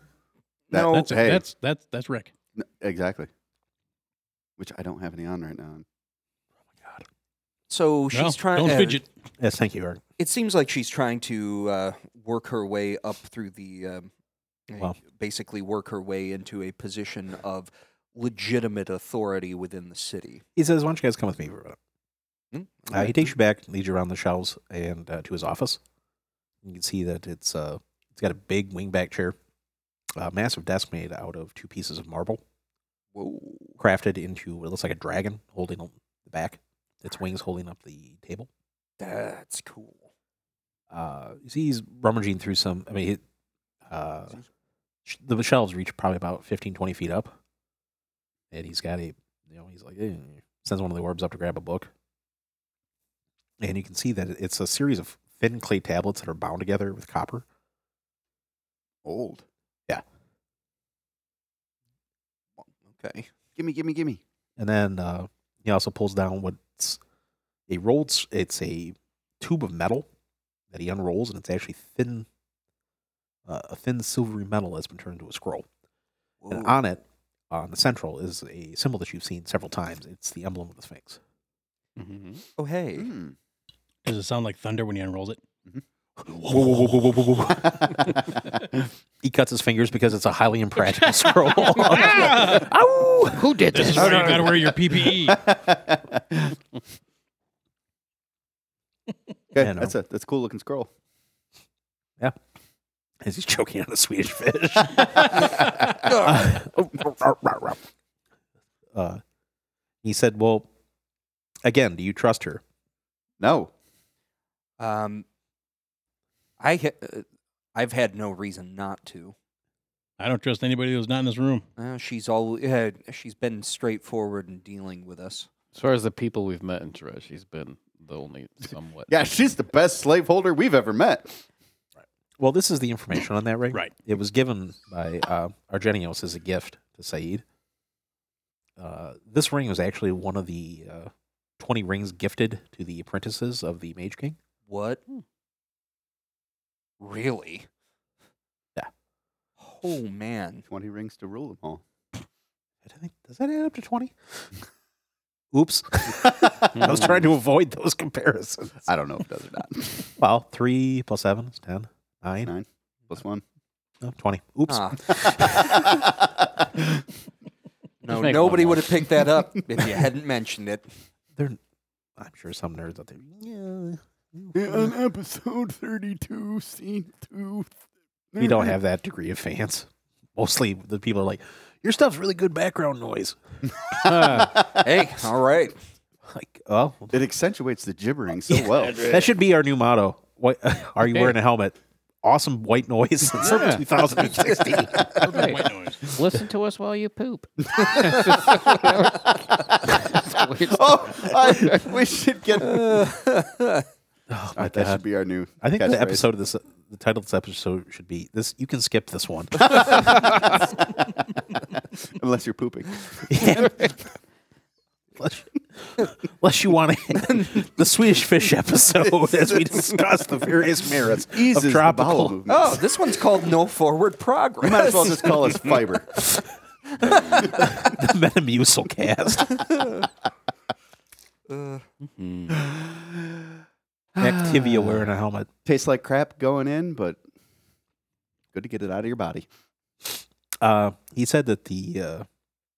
Speaker 5: No.
Speaker 4: That's
Speaker 6: hey,
Speaker 4: that's that's that's Rick.
Speaker 6: n- exactly. Which I don't have any on right now.
Speaker 5: So she's
Speaker 4: No,
Speaker 5: trying.
Speaker 4: Don't
Speaker 5: uh,
Speaker 4: fidget.
Speaker 2: yes, thank you, Eric.
Speaker 5: It seems like she's trying to uh, work her way up through the, um,
Speaker 2: Wow.
Speaker 5: basically work her way into a position of legitimate authority within the city.
Speaker 2: He says, "Why don't you guys come with me for a minute?"
Speaker 5: Mm,
Speaker 2: Uh, he takes you back, leads you around the shelves, and uh, to his office. You can see that it's uh, it's got a big wingback chair, a massive desk made out of two pieces of marble,
Speaker 5: Whoa.
Speaker 2: crafted into what looks like a dragon holding up the back, its wings holding up the table.
Speaker 5: That's cool.
Speaker 2: uh you see he's rummaging through some i mean he, uh sh- the shelves reach probably about 15 20 feet up and he's got a you know he's like eh, sends one of the orbs up to grab a book and you can see that it's a series of thin clay tablets that are bound together with copper
Speaker 6: Old.
Speaker 5: Okay.
Speaker 6: Gimme, gimme, gimme.
Speaker 2: and then uh he also pulls down what's a rolled s- it's a tube of metal that he unrolls and it's actually thin uh, a thin silvery metal that's been turned into a scroll And
Speaker 5: Whoa.
Speaker 2: on it, on the central, is a symbol that you've seen several times. It's the emblem of the Sphinx. Mm-hmm.
Speaker 3: Mhm.
Speaker 5: Oh, hey.
Speaker 6: Mm.
Speaker 4: Does it sound like thunder when he unrolls it?
Speaker 2: He cuts his fingers because it's a highly impractical scroll.
Speaker 3: Who did
Speaker 4: This
Speaker 3: this?
Speaker 4: is where you gotta wear your E. PPE.
Speaker 6: Okay,
Speaker 2: Yeah, no.
Speaker 6: that's a that's a cool looking scroll.
Speaker 2: As he's choking on a Swedish fish. uh, he said, Well, again, do you trust her?
Speaker 6: No,
Speaker 2: Hmm.
Speaker 5: Um, I ha- uh, I've had no reason not to.
Speaker 4: I don't trust anybody who's not in this room.
Speaker 5: Uh, she's all uh, she's been straightforward in dealing with us.
Speaker 7: As far as the people we've met in Shiraz, she's been the only somewhat.
Speaker 6: Yeah, she's the best slaveholder we've ever met.
Speaker 2: Well, this is the information on that, right?
Speaker 4: Right.
Speaker 2: It was given by uh, Argenios as a gift to Said. Uh, this ring was actually one of the uh, 20 rings gifted to the apprentices of the Mage King.
Speaker 5: What?
Speaker 2: Hmm.
Speaker 5: Really?
Speaker 2: Yeah.
Speaker 5: Oh man.
Speaker 6: Twenty rings to rule them all.
Speaker 2: I think, does that add up to 20? Oops. I was trying to avoid those comparisons.
Speaker 6: I don't know if it does or not.
Speaker 2: Well, 3 plus 7 is 10. 9,
Speaker 6: Nine plus one.
Speaker 2: no, 20. Oops.
Speaker 5: Ah, no,
Speaker 7: Just make
Speaker 5: nobody
Speaker 7: one more.
Speaker 5: would have picked that up if you hadn't mentioned it.
Speaker 2: They're, I'm sure some nerds out there. Yeah.
Speaker 6: episode thirty-two, scene two.
Speaker 2: we don't have that degree of fans. Mostly the people are like, your stuff's really good background noise.
Speaker 5: Hey, all right.
Speaker 2: Like, oh,
Speaker 6: It accentuates the gibbering so well.
Speaker 2: that should be our new motto. What, are you
Speaker 7: Okay.
Speaker 2: wearing a helmet? Awesome white noise since
Speaker 7: Yeah.
Speaker 2: 2016.
Speaker 7: Hey,
Speaker 4: White noise.
Speaker 3: Listen to us while you poop.
Speaker 6: Oh, I, we should get.
Speaker 2: Oh my
Speaker 6: Alright, that
Speaker 2: God.
Speaker 6: should be our new.
Speaker 2: I think the
Speaker 6: catchphrase.
Speaker 2: episode of this, the title of this episode should be this. You can skip this one.
Speaker 6: unless you're pooping.
Speaker 2: unless, unless you want to, the Swedish fish episode as we discuss the various merits
Speaker 6: Eases
Speaker 2: of
Speaker 6: the bowel
Speaker 2: tropical.
Speaker 6: movement.
Speaker 5: Oh, this one's called No Forward Progress.
Speaker 6: You might as well just call us fiber.
Speaker 2: the Metamucil cast. Activia wearing a helmet.
Speaker 6: Tastes like crap going in, but good to get it out of your body.
Speaker 2: Uh, he said that the uh,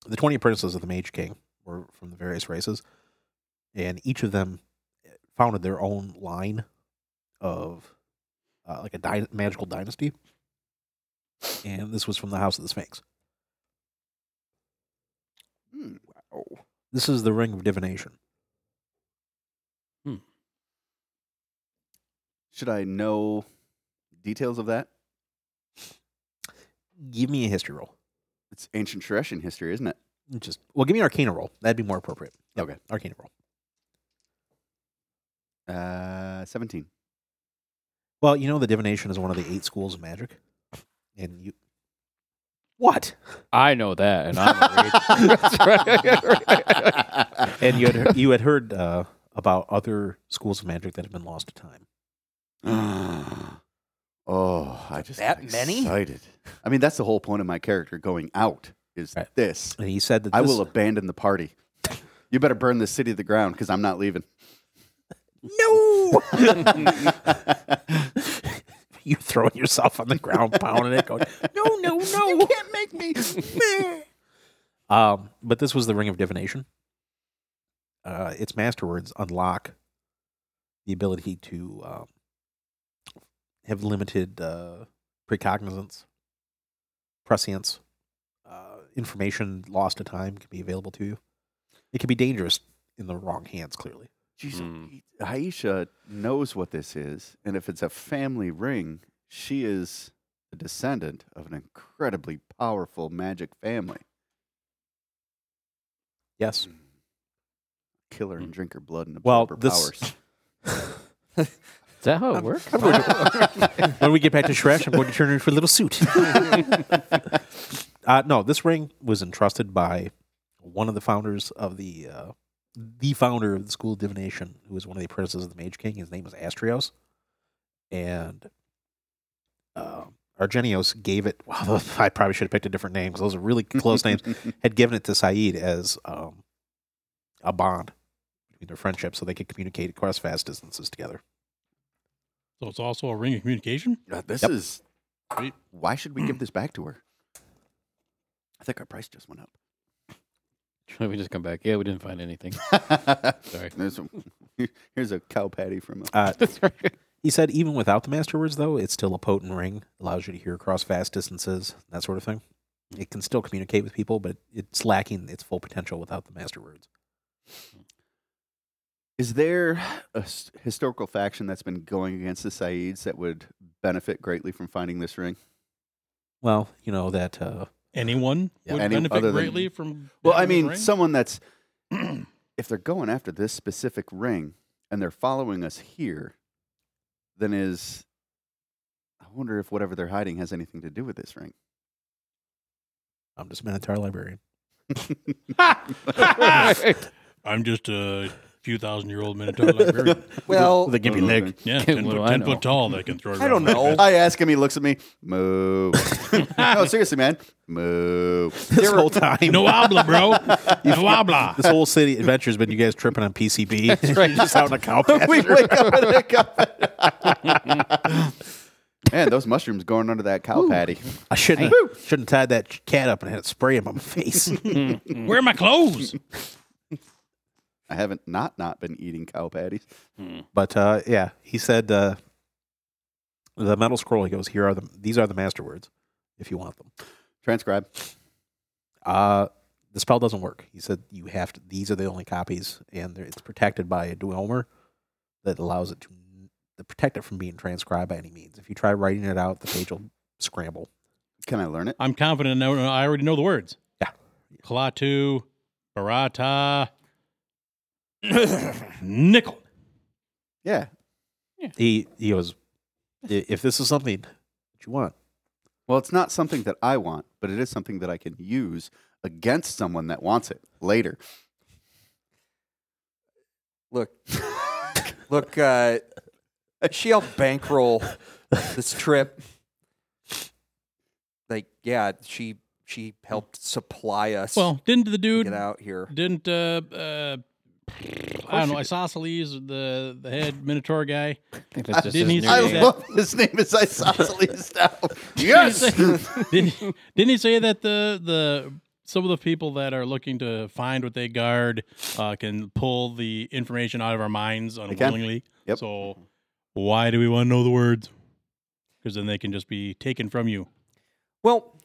Speaker 2: the twenty apprentices of the Mage King were from the various races, and each of them founded their own line of uh, like a dy- magical dynasty. And this was from the House of the Sphinx.
Speaker 6: Hmm.
Speaker 2: This is the Ring of Divination.
Speaker 6: Should I know details of that?
Speaker 2: Give me a history roll.
Speaker 6: It's ancient Shresian history, isn't it?
Speaker 2: Just well, give me an Arcana roll. That'd be more appropriate. Yep,
Speaker 6: Okay.
Speaker 2: Arcana roll.
Speaker 6: Uh, 17.
Speaker 2: Well, you know the divination is one of the eight schools of magic, and you. What?
Speaker 7: I know that, and I'm a
Speaker 2: And you had you had heard uh, about other schools of magic that have been lost to time.
Speaker 6: oh, I just
Speaker 5: That
Speaker 6: got
Speaker 5: many?
Speaker 6: Excited. I mean, that's the whole point of my character going out is
Speaker 2: Right.
Speaker 6: this.
Speaker 2: And he said that
Speaker 6: I
Speaker 2: this-
Speaker 6: will abandon the party. You better burn this city to the ground because I'm not leaving.
Speaker 2: No. you throwing yourself on the ground, pounding it, going, no, no, no. You can't make me. um, but this was the Ring of Divination. Uh, its master words unlock the ability to um, have limited uh, precognizance, prescience, uh, information lost to time can be available to you. It can be dangerous in the wrong hands, clearly.
Speaker 6: Jeez,
Speaker 7: Mm.
Speaker 6: Aisha knows what this is, and if it's a family ring, she is a descendant of an incredibly powerful magic family.
Speaker 2: Yes.
Speaker 6: Killer and drinker blood and
Speaker 2: Hmm. Well,
Speaker 6: absorber
Speaker 2: this-
Speaker 6: powers.
Speaker 7: Is that how it works?
Speaker 2: when we get back to Shresh, I'm going to turn her into a little suit. uh, no, this ring was entrusted by one of the founders of the uh, the founder of the school of divination, who was one of the apprentices of the Mage King. His name was Astrios, and uh, Argenios gave it. Wow, I probably should have picked a different name because those are really close names. Had given it to Said as um, a bond between their friendship, so they could communicate across vast distances together.
Speaker 4: So it's also a ring of communication.
Speaker 6: Uh, this
Speaker 2: Yep.
Speaker 6: is.
Speaker 4: Sweet.
Speaker 6: Why should we give this back to her? I think our price just went
Speaker 7: Should we just come back? Yeah, we didn't find anything.
Speaker 6: up.
Speaker 7: Sorry.
Speaker 6: There's a, here's a cow patty from a.
Speaker 2: Uh, He said even without the master words, though, it's still a potent ring. Allows you to hear across vast distances, that sort of thing. It can still communicate with people, but it's lacking its full potential without the master words.
Speaker 6: Is there a s- historical faction that's been going against the Saids that would benefit greatly from finding this ring?
Speaker 2: Well, you know that. Uh,
Speaker 4: Anyone
Speaker 2: Yeah,
Speaker 4: would
Speaker 6: any-
Speaker 4: benefit
Speaker 6: other than-
Speaker 4: greatly from.
Speaker 6: Well, I
Speaker 4: having a
Speaker 6: mean,
Speaker 4: ring?
Speaker 6: someone that's if they're going after this specific ring, and they're following us here then is I wonder if whatever they're hiding has anything to do with this ring.
Speaker 2: I'm just Minotaur librarian.
Speaker 4: I'm just a few thousand year old Minotaur librarian.
Speaker 5: Well,
Speaker 2: the gimpy leg.
Speaker 4: Oh, Yeah,
Speaker 7: What do
Speaker 4: ten, foot,
Speaker 7: I
Speaker 4: 10
Speaker 7: know?
Speaker 4: foot tall that can throw.
Speaker 5: I don't
Speaker 4: around like
Speaker 5: know.
Speaker 6: I ask him, he looks at me, move. no, seriously, man, move.
Speaker 2: This whole time,
Speaker 4: that. No obla, bro. No obla.
Speaker 2: this whole city adventure has been you guys tripping on PCB, just out in a cow pasture.
Speaker 6: we wake up in a cow- Man, those mushrooms going under that cow patty.
Speaker 2: I shouldn't shouldn't have tied that ch- cat up and had it spray him on my face.
Speaker 4: Where are my clothes?
Speaker 6: I haven't not not been eating cow patties.
Speaker 2: but uh, yeah, he said uh, the metal scroll. He goes, "Here are the these are the master words, if you want them."
Speaker 6: Transcribe.
Speaker 2: Uh, the spell doesn't work. He said you have to. These are the only copies, and they're- it's protected by a duomer that allows it to, to protect it from being transcribed by any means. If you try writing it out, the page will scramble.
Speaker 6: Can I learn it?
Speaker 4: I'm confident. I, know- I already know the words.
Speaker 2: Yeah.
Speaker 4: Klaatu, Barata, Nickel.
Speaker 6: Yeah.
Speaker 2: He he goes, "I- if this is something that you want,
Speaker 6: Well, it's not something that I want, but it is something that I can use against someone that wants it later.
Speaker 5: look, look, uh, she helped bankroll this trip. Like, yeah, she she helped supply us
Speaker 4: Well, didn't the
Speaker 5: to
Speaker 4: dude
Speaker 5: get out here.
Speaker 4: Didn't uh, uh I don't know, Isosceles, the the head Minotaur guy.
Speaker 7: I think that's just
Speaker 4: Didn't
Speaker 7: his new
Speaker 4: he say
Speaker 6: I
Speaker 4: Yeah.
Speaker 7: name.
Speaker 6: love his name is Isosceles now. Yes.
Speaker 4: Didn't didn't he say that the the some of the people that are looking to find what they guard uh, can pull the information out of our minds
Speaker 6: can.
Speaker 4: unwillingly?
Speaker 6: Yep.
Speaker 4: So why do we want to know the words? Because then they can just be taken from you.
Speaker 5: Well,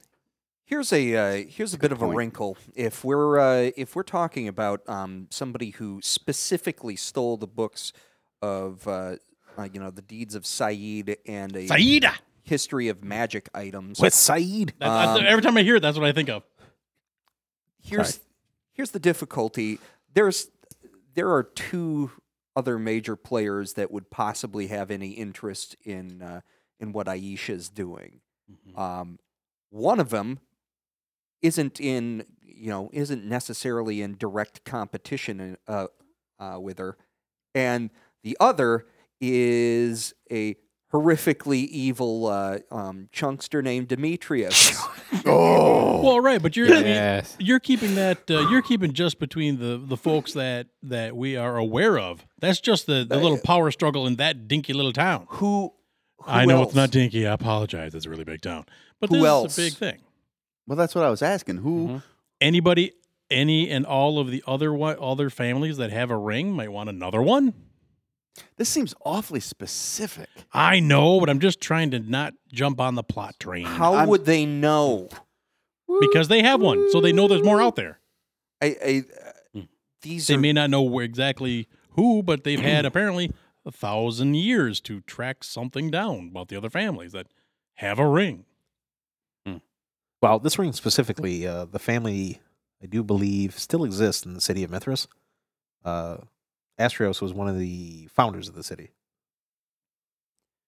Speaker 5: here's a uh, here's a bit of a
Speaker 6: point.
Speaker 5: wrinkle. If we're uh, if we're talking about um, somebody who specifically stole the books of uh, uh, you know the deeds of Saeed and a
Speaker 4: Saida.
Speaker 5: history of magic items,
Speaker 2: with Saeed."
Speaker 4: That- that's-
Speaker 5: Um,
Speaker 4: every time I hear it, that's what I think of.
Speaker 5: here's here's the difficulty. There's there are two other major players that would possibly have any interest in uh, in what Aisha's doing.
Speaker 4: Mm-hmm.
Speaker 5: Um, one of them isn't in you know isn't necessarily in direct competition in, uh, uh, with her, and the other is a horrifically evil uh, um, chunkster named Demetrius.
Speaker 6: Oh.
Speaker 4: Well, right, but you're
Speaker 7: Yes.
Speaker 4: you're keeping that uh, you're keeping just between the the folks that that we are aware of. That's just the the little power struggle in that dinky little town.
Speaker 5: who, who
Speaker 4: I know it's
Speaker 5: else?
Speaker 4: not dinky. I apologize. It's a really big town, but
Speaker 5: Who
Speaker 4: this
Speaker 5: else?
Speaker 4: is a big thing.
Speaker 6: well, that's what I was asking. Who?
Speaker 7: Mhm.
Speaker 4: Anybody, any and all of the other one, other families that have a ring might want another one.
Speaker 6: This seems awfully specific.
Speaker 4: I know, but I'm just trying to not jump on the plot train
Speaker 5: How
Speaker 6: I'm-
Speaker 5: would they know?
Speaker 4: because they have one, so they know there's more out there.
Speaker 5: I, I
Speaker 7: Hmm.
Speaker 5: these
Speaker 4: They
Speaker 5: are
Speaker 4: may not know where exactly who, but they've had apparently a thousand years to track something down about the other families that have a ring.
Speaker 2: Well, this ring specifically, uh, the family I do believe still exists in the city of Mithras. Uh, Astrios was one of the founders of the city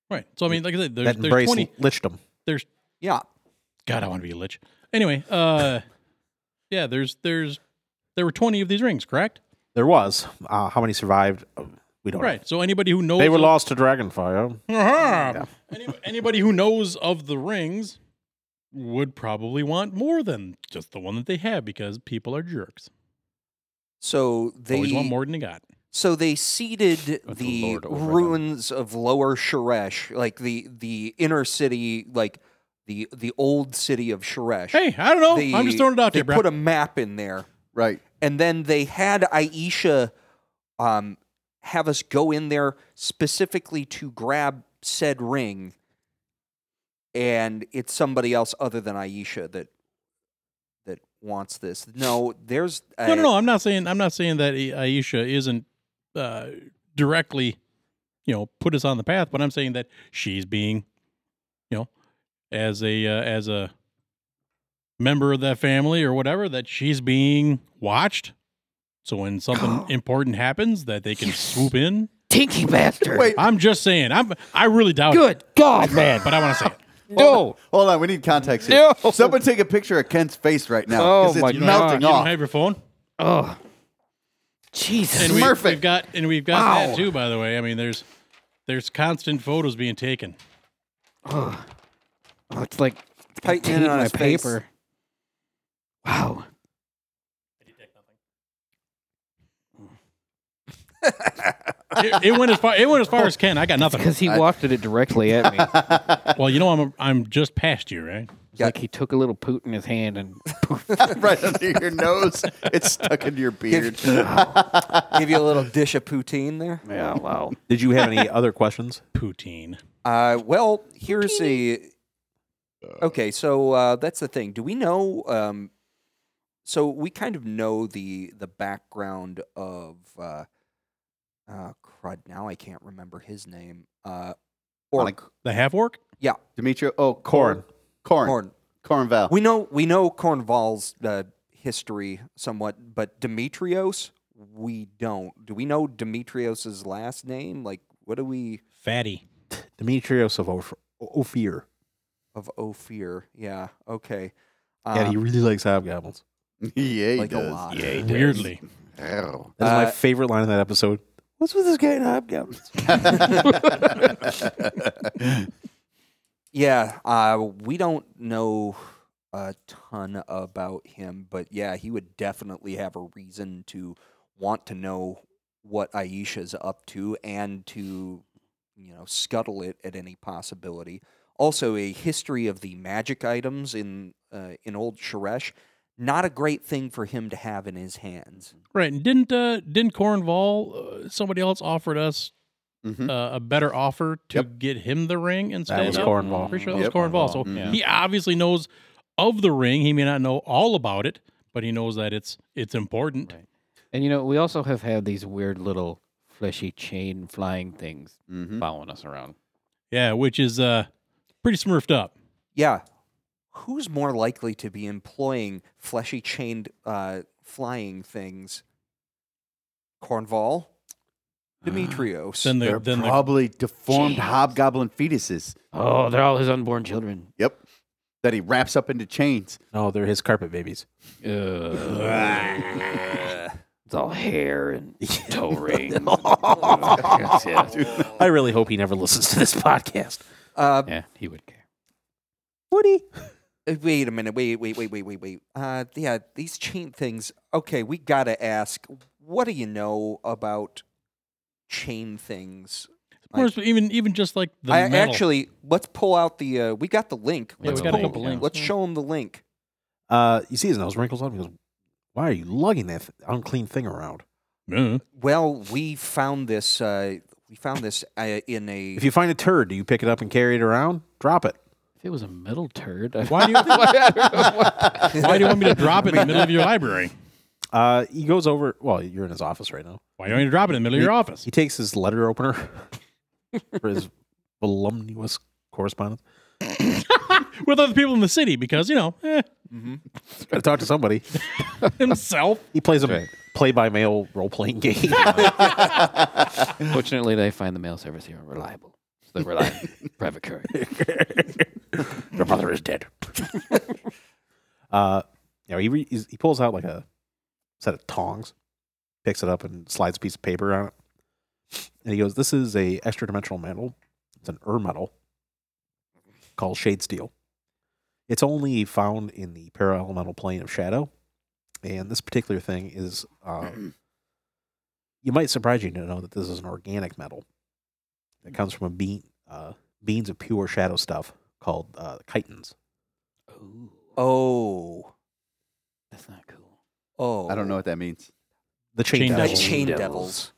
Speaker 4: Right. So I mean, like I said, there's,
Speaker 2: that
Speaker 4: there's
Speaker 2: embraced
Speaker 4: twenty.
Speaker 2: lichdom.
Speaker 5: yeah.
Speaker 4: God, I want to be a lich. Anyway, uh, yeah, there's there's there were twenty of these rings, correct?
Speaker 2: There was uh, how many survived? Uh, we don't.
Speaker 4: Right. So anybody who
Speaker 2: know.
Speaker 4: knows
Speaker 2: They were
Speaker 4: of-
Speaker 2: lost to Dragonfire.
Speaker 4: Uh-huh. Any, anybody who knows of the rings would probably want more than just the one that they have because people are jerks.
Speaker 5: So
Speaker 4: Always want
Speaker 5: they
Speaker 4: more than they got.
Speaker 5: so they seeded
Speaker 7: Let the
Speaker 5: the
Speaker 7: Lord over them.
Speaker 5: ruins of Lower Sharesh, like the the inner city, like the the old city of Sharesh.
Speaker 4: Hey, I don't know. I'm just throwing it out
Speaker 5: they
Speaker 4: there, bro.
Speaker 5: put a map in there,
Speaker 6: Right.
Speaker 5: and then they had Aisha um, have us go in there specifically to grab said ring, and it's somebody else other than Aisha that that wants this. No, there's
Speaker 4: No, no, no. I'm not saying I'm not saying that I- Aisha isn't uh, directly, you know, put us on the path. But I'm saying that she's being, you know, as a uh, as a member of that family or whatever, that she's
Speaker 3: Oh.
Speaker 4: being watched. So when something important happens, that they can swoop in
Speaker 3: stinking bastard.
Speaker 6: Wait.
Speaker 4: I'm just saying. I'm. I really doubt it,
Speaker 3: Good God, man.
Speaker 4: but I want to say it.
Speaker 3: No.
Speaker 6: Hold on, we need context here.
Speaker 3: No.
Speaker 6: Someone take a picture of Kent's face right now
Speaker 3: Oh
Speaker 6: because
Speaker 3: my
Speaker 6: it's
Speaker 3: God.
Speaker 6: melting
Speaker 4: You don't
Speaker 6: off.
Speaker 4: have your phone.
Speaker 3: Oh. Jesus.
Speaker 4: And we,
Speaker 6: Smurf it.
Speaker 4: we've got and we've got
Speaker 3: Wow.
Speaker 4: that too. By the way, I mean there's there's constant photos being taken.
Speaker 3: oh. Oh, it's like
Speaker 5: Tighten
Speaker 3: tape
Speaker 5: it on
Speaker 3: my
Speaker 5: his face.
Speaker 3: paper. Wow.
Speaker 4: It, it went as far. It went as far as Ken. I got nothing.
Speaker 3: Because he wafted it directly at me. It's
Speaker 4: Well, you know I'm I'm just past you, right?
Speaker 5: Yeah.
Speaker 3: like he took a little poot in his hand and poof.
Speaker 6: right under your nose. It's stuck into your beard.
Speaker 5: Give you a little dish of poutine there.
Speaker 3: Yeah, wow.
Speaker 2: Did you have any other questions?
Speaker 4: Poutine.
Speaker 5: Uh, well, here's a. Okay, so uh, that's the thing. Do we know? Um, so we kind of know the the background of. Uh, uh, crud! Now I can't remember his name. Uh, or
Speaker 6: Like-
Speaker 4: The half orc.
Speaker 5: yeah,
Speaker 6: Demetrio, oh,
Speaker 2: Corn.
Speaker 6: corn. Corn.
Speaker 5: Corn.
Speaker 6: Cornval.
Speaker 5: We know we know Cornval's uh, history somewhat, but Demetrios we don't. Do we know Demetrios's last name? Like, what do we
Speaker 4: Fatty.
Speaker 2: Demetrios of Oph- Ophir.
Speaker 5: of Ophir? Yeah, okay.
Speaker 2: yeah, he
Speaker 5: Um,
Speaker 2: really likes hobgoblins.
Speaker 6: yeah, he
Speaker 5: like a
Speaker 6: does.
Speaker 5: lot.
Speaker 4: Weirdly.
Speaker 2: That is my
Speaker 5: Uh,
Speaker 2: favorite line in that episode. What's with this guy and hobgoblins?
Speaker 5: Yeah, uh, we don't know a ton about him, but yeah, he would definitely have a reason to want to know what Aisha's up to and to, you know, scuttle it at any possibility. Also, a history of the magic items in uh, in old Sharesh, not a great thing for him to have in his hands.
Speaker 4: Right. And didn't uh, didn't Cornval? Uh, somebody else offered us
Speaker 6: Mhm.
Speaker 4: uh, a better offer to get him the ring instead.
Speaker 2: That was
Speaker 4: of-
Speaker 2: Cornwall.
Speaker 4: Pretty sure that
Speaker 6: Yep.
Speaker 4: was Cornval.
Speaker 3: Mm-hmm.
Speaker 4: So
Speaker 6: Mhm.
Speaker 4: he obviously knows of the ring. He may not know all about it, but he knows that it's it's important.
Speaker 3: Right. And you know, we also have had these weird little fleshy chain flying things
Speaker 6: Mhm.
Speaker 3: following us around.
Speaker 4: Yeah, which is uh pretty smurfed up.
Speaker 5: Yeah. Who's more likely to be employing fleshy chained uh, flying things? Cornval? Demetrios.
Speaker 4: Then the
Speaker 6: They're
Speaker 4: then the
Speaker 6: probably deformed
Speaker 3: Jeez.
Speaker 6: hobgoblin fetuses.
Speaker 3: Oh, they're all his unborn children.
Speaker 6: Yep. That he wraps up into chains.
Speaker 2: No, Oh, they're his carpet babies.
Speaker 3: It's all hair and toe rings.
Speaker 2: Oh. I really hope he never listens to this podcast.
Speaker 5: uh,
Speaker 3: Yeah, he would care.
Speaker 2: Woody.
Speaker 5: Uh, Wait a minute. Wait, wait, wait, wait, wait, wait. Uh, yeah, these chain things. Okay, we gotta ask. What do you know about chain things?
Speaker 4: Of course, even even just like the
Speaker 5: I
Speaker 4: metal.
Speaker 5: actually let's pull out the. Uh, we got the link.
Speaker 3: Yeah,
Speaker 5: Let's
Speaker 3: we got
Speaker 5: pull
Speaker 3: the
Speaker 5: up-
Speaker 3: link, yeah.
Speaker 5: Let's show him the link.
Speaker 2: Uh, you see his nose wrinkles up. He goes, "Why are you lugging that th- unclean thing around?
Speaker 4: Yeah.
Speaker 5: Well, we found this. Uh, we found this uh, in a.
Speaker 2: If you find a turd, do you pick it up and carry it around? Drop it.
Speaker 3: If it was a metal turd, I'd
Speaker 4: Why do you Why do you want me to drop it in the middle of your library?
Speaker 2: Uh, he goes over. Well, you're in his office right now.
Speaker 4: Why do you want me to drop it in the middle of your office?
Speaker 2: He takes his letter opener for his voluminous correspondence.
Speaker 4: With other people in the city because, you know, eh,
Speaker 2: Got to talk to somebody.
Speaker 4: himself.
Speaker 2: He plays a play-by-mail role-playing game.
Speaker 3: Fortunately, they find the mail service here reliable. So they rely on Private Curry.
Speaker 2: Your mother is dead. uh, you know, he re- he's- he pulls out like a set of tongs, picks it up and slides a piece of paper on it, and he goes, "This is a extra dimensional metal. It's an ur metal called shade steel. It's only found in the paralemental plane of shadow, and this particular thing is." Uh, you might surprise you to know that this is an organic metal that comes from a bean, uh, beans of pure shadow stuff called uh, chitons.
Speaker 3: Ooh,
Speaker 5: Oh,
Speaker 3: that's not cool.
Speaker 5: oh.
Speaker 6: I don't know what that means.
Speaker 2: The chain,
Speaker 4: Chain
Speaker 5: The
Speaker 2: devils.
Speaker 4: devils.
Speaker 5: chain
Speaker 3: Devils.
Speaker 5: devils.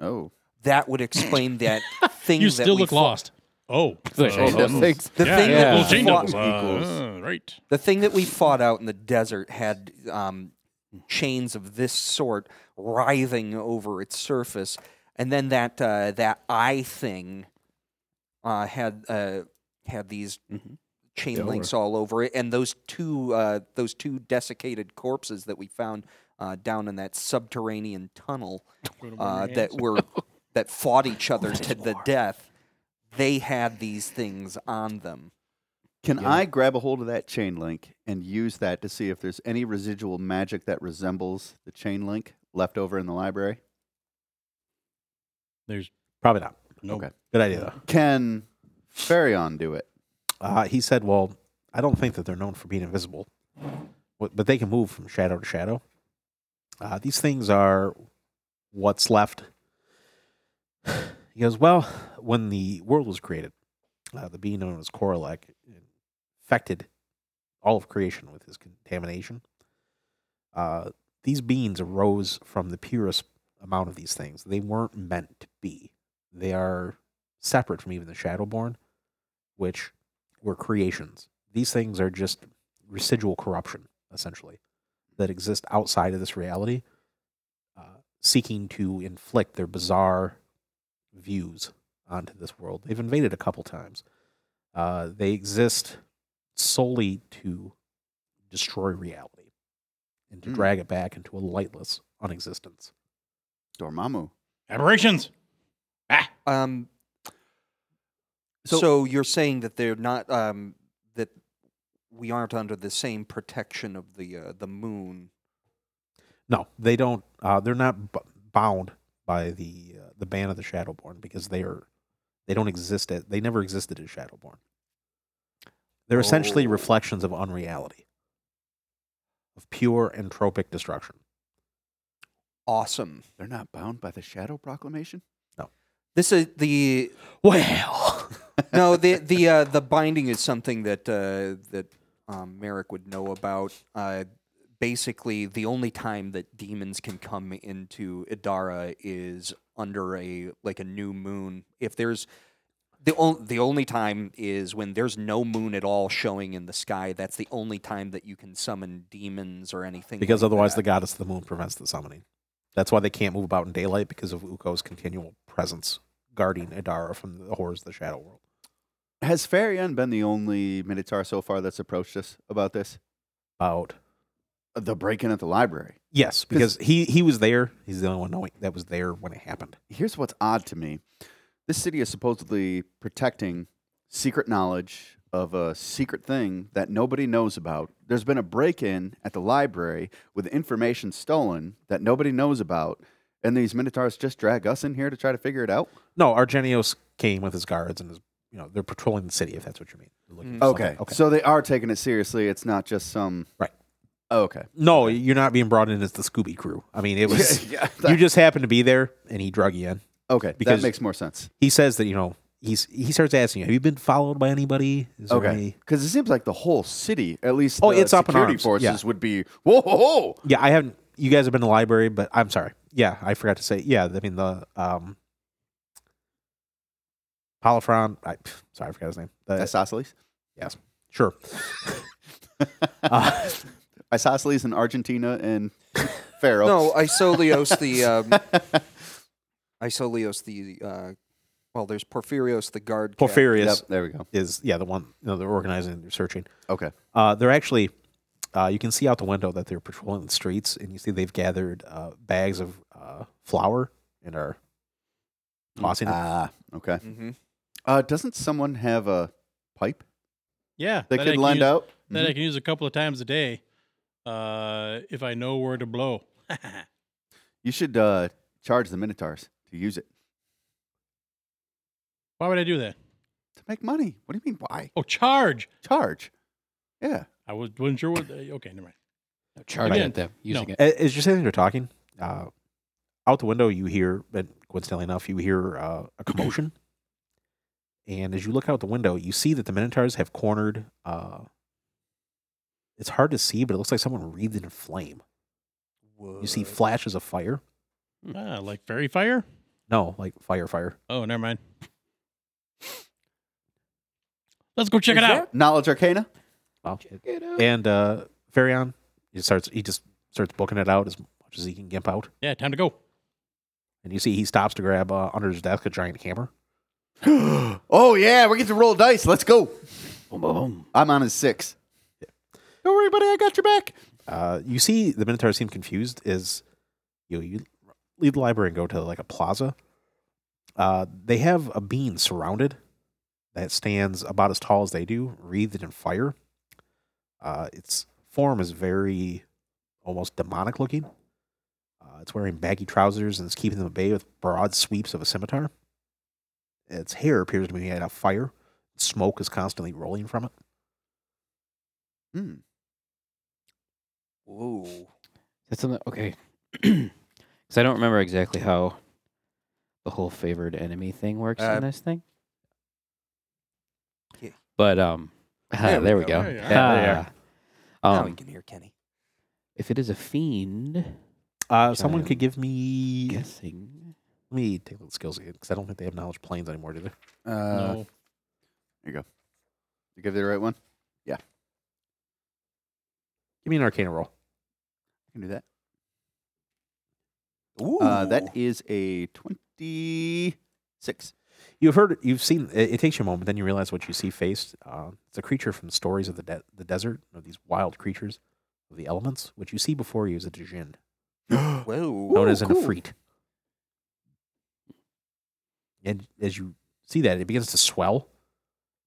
Speaker 6: Oh.
Speaker 5: That would explain that thing.
Speaker 4: You
Speaker 5: that
Speaker 4: still
Speaker 5: we
Speaker 4: look
Speaker 5: fo-
Speaker 4: lost. Oh.
Speaker 3: Chain
Speaker 4: Uh,
Speaker 3: devils.
Speaker 6: Thanks.
Speaker 5: The
Speaker 4: yeah,
Speaker 5: thing
Speaker 4: yeah,
Speaker 5: that
Speaker 4: little
Speaker 5: we
Speaker 4: chain
Speaker 5: fought-
Speaker 4: devils. Uh, right.
Speaker 5: The thing that we fought out in the desert had um, chains of this sort writhing over its surface, and then that uh, that eye thing uh, had uh, had these
Speaker 3: Mhm.
Speaker 5: chain
Speaker 3: Yeah, or-
Speaker 5: links all over it, and those two uh, those two desiccated corpses that we found uh, down in that subterranean tunnel uh, that were that fought each other to the death, they had these things on them.
Speaker 6: Can
Speaker 2: Yeah.
Speaker 6: I grab a hold of that chain link and use that to see if there's any residual magic that resembles the chain link left over in the library?
Speaker 4: There's
Speaker 2: Probably not.
Speaker 4: no.
Speaker 6: Okay.
Speaker 2: Good idea though.
Speaker 6: Can Farion do it?
Speaker 2: Uh, he said, "Well, I don't think that they're known for being invisible, but, but they can move from shadow to shadow. Uh, these things are what's left." He goes, "Well, when the world was created, uh, the being known as Korolek infected all of creation with his contamination. Uh, these beings arose from the purest amount of these things. They weren't meant to be. They are separate from even the Shadowborn, which." were creations. These things are just residual corruption, essentially, that exist outside of this reality, uh, seeking to inflict their bizarre views onto this world. They've invaded a couple times. Uh, they exist solely to destroy reality and to
Speaker 6: Hmm.
Speaker 2: drag it back into a lightless unexistence.
Speaker 6: Dormammu.
Speaker 4: Aberrations.
Speaker 5: Um,
Speaker 6: So-
Speaker 5: so, you're saying that they're not um, that we aren't under the same protection of the uh, the moon.
Speaker 2: No, they don't. Uh, they're not b- bound by the uh, the ban of the Shadowborn because they are they don't exist. At, they never existed as Shadowborn. They're essentially
Speaker 5: Oh.
Speaker 2: reflections of unreality, of pure entropic destruction.
Speaker 5: Awesome.
Speaker 6: They're not bound by the Shadow Proclamation?
Speaker 5: This is the
Speaker 2: Well,
Speaker 5: no the the uh, the binding is something that uh, that um, Merrick would know about. Uh, basically, the only time that demons can come into Idara is under a like a new moon. If there's the only the only time is when there's no moon at all showing in the sky. That's the only time that you can summon demons or anything.
Speaker 2: because
Speaker 5: like
Speaker 2: otherwise the
Speaker 5: that.
Speaker 2: goddess of the moon prevents the summoning. That's why they can't move about in daylight because of Uko's continual presence guarding Adara from the horrors of the Shadow World.
Speaker 6: Has Farion been the only Minotaur so far that's approached us about this?
Speaker 2: About
Speaker 6: The break in at the library.
Speaker 2: yes, because he he was there. He's the only one knowing that was there when it happened.
Speaker 6: Here's what's odd to me this city is supposedly protecting secret knowledge of a secret thing that nobody knows about. There's been a break in at the library with information stolen that nobody knows about. And these Minotaurs just drag us in here to try to figure it out?
Speaker 2: No, Argenios came with his guards and his, you know, they're patrolling the city, if that's what you mean. They're looking
Speaker 5: Mm.
Speaker 2: for something.
Speaker 6: Mm-hmm. Okay. So they are taking it seriously. It's not just some. Oh,
Speaker 2: Right.
Speaker 6: Okay.
Speaker 2: no, you're not being brought in as the Scooby crew. I mean, it was,
Speaker 6: yeah,
Speaker 2: you just happened to be there and he drug you in.
Speaker 6: okay.
Speaker 2: because-
Speaker 6: that makes more sense.
Speaker 2: He says that, you know, he's, he starts asking you, have you been followed by anybody? Is there
Speaker 6: Okay.
Speaker 2: any-"
Speaker 6: Because it seems like the whole city, at least
Speaker 2: Oh,
Speaker 6: the
Speaker 2: it's up in
Speaker 6: security
Speaker 2: arms,
Speaker 6: forces
Speaker 2: yeah.
Speaker 6: would be, whoa, whoa, whoa.
Speaker 2: Yeah, I haven't, you guys have been to the library, but I'm sorry. Yeah, I forgot to say, yeah, I mean, the, um, Polyphron, I, pff, sorry, I forgot his name. The-
Speaker 6: Isosceles.
Speaker 2: sure. Uh,
Speaker 6: Isosceles in Argentina and Pharaoh.
Speaker 5: No, Isolios the um, Isolios the uh, well, there's Porphyrios the guard. captain.
Speaker 2: Porphyrius
Speaker 6: Yep, there we go.
Speaker 2: is, yeah, the one, you know, they're organizing, and they're searching.
Speaker 6: Okay.
Speaker 2: Uh, they're actually, uh, you can see out the window that they're patrolling the streets, and you see they've gathered uh, bags of uh, flour and are tossing it.
Speaker 6: Ah, okay.
Speaker 5: Mhm.
Speaker 6: Uh, doesn't someone have a pipe
Speaker 4: Yeah.
Speaker 6: that
Speaker 4: that I
Speaker 6: could
Speaker 4: can
Speaker 6: lend
Speaker 4: use-
Speaker 6: out?
Speaker 4: That
Speaker 5: Mm-hmm.
Speaker 6: Mhm.
Speaker 4: I can use a couple of times a day, uh, if I know where to blow.
Speaker 6: You should uh, charge the Minotaurs to use it
Speaker 4: Why would I do that?
Speaker 6: to make money. What do you mean, why?
Speaker 4: Oh, charge.
Speaker 6: Charge. Yeah.
Speaker 4: I was, wasn't sure what. uh, Okay, never mind.
Speaker 3: No, charge
Speaker 4: Again,
Speaker 3: at them using it.
Speaker 2: A- As you're sitting there talking, uh, out the window you hear, and coincidentally enough, you hear uh, a commotion. and as you look out the window, you see that the Minotaurs have cornered. Uh, it's hard to see, but it looks like someone wreathed in flame.
Speaker 5: Mm-hmm.
Speaker 2: You
Speaker 5: Uh.
Speaker 2: see flashes of fire.
Speaker 4: Ah, like fairy fire?
Speaker 2: No, like fire, fire.
Speaker 4: Oh, never mind. Let's go check
Speaker 5: Is
Speaker 4: it out.
Speaker 6: Knowledge Arcana?
Speaker 2: Well, it- and uh, Farion, he starts. He just starts booking it out as much as he can gimp out.
Speaker 4: Yeah, time to go.
Speaker 2: And you see he stops to grab uh, under his desk a giant hammer.
Speaker 6: oh, yeah. We're getting to roll dice. Let's go.
Speaker 3: Boom, boom, boom.
Speaker 6: I'm on his six. Don't worry, buddy. I got your back.
Speaker 2: Uh, you see the Minotaur seem confused. Is you know, you leave the library and go to like a plaza, Uh, they have a beam surrounded that stands about as tall as they do, wreathed in fire. Uh, its form is very almost demonic looking. Uh, it's wearing baggy trousers and it's keeping them at bay with broad sweeps of a scimitar. Its hair appears to be made out of fire. Smoke is constantly rolling from it.
Speaker 6: Hmm.
Speaker 5: Whoa.
Speaker 7: That's something. Okay, because I don't remember exactly how the whole favored enemy thing works
Speaker 5: Uh,
Speaker 7: in this thing.
Speaker 5: Yeah.
Speaker 7: But um, ah,
Speaker 5: There
Speaker 7: there,
Speaker 5: we
Speaker 7: we
Speaker 5: go.
Speaker 7: go.
Speaker 4: There you are.
Speaker 7: Ah.
Speaker 2: There
Speaker 5: now we
Speaker 7: Um,
Speaker 5: can hear Kenny.
Speaker 7: if it is a fiend,
Speaker 2: Uh, someone could
Speaker 7: Giant.
Speaker 2: give me.
Speaker 7: guessing
Speaker 2: Let me take a look at skills again because I don't think they have knowledge planes anymore, do they?
Speaker 6: Uh,
Speaker 4: no.
Speaker 6: You give the right one.
Speaker 2: Give me an arcana roll.
Speaker 6: I can do that.
Speaker 5: Ooh.
Speaker 6: Uh, that is a twenty-six.
Speaker 2: You've heard, you've seen. It, it takes you a moment, then you realize what you see faced. Uh, it's a creature from stories of the de- the desert, of these wild creatures of the elements. What you see before you is a djinn,
Speaker 5: Whoa.
Speaker 2: known as an efreet. And as you see that, it begins to swell,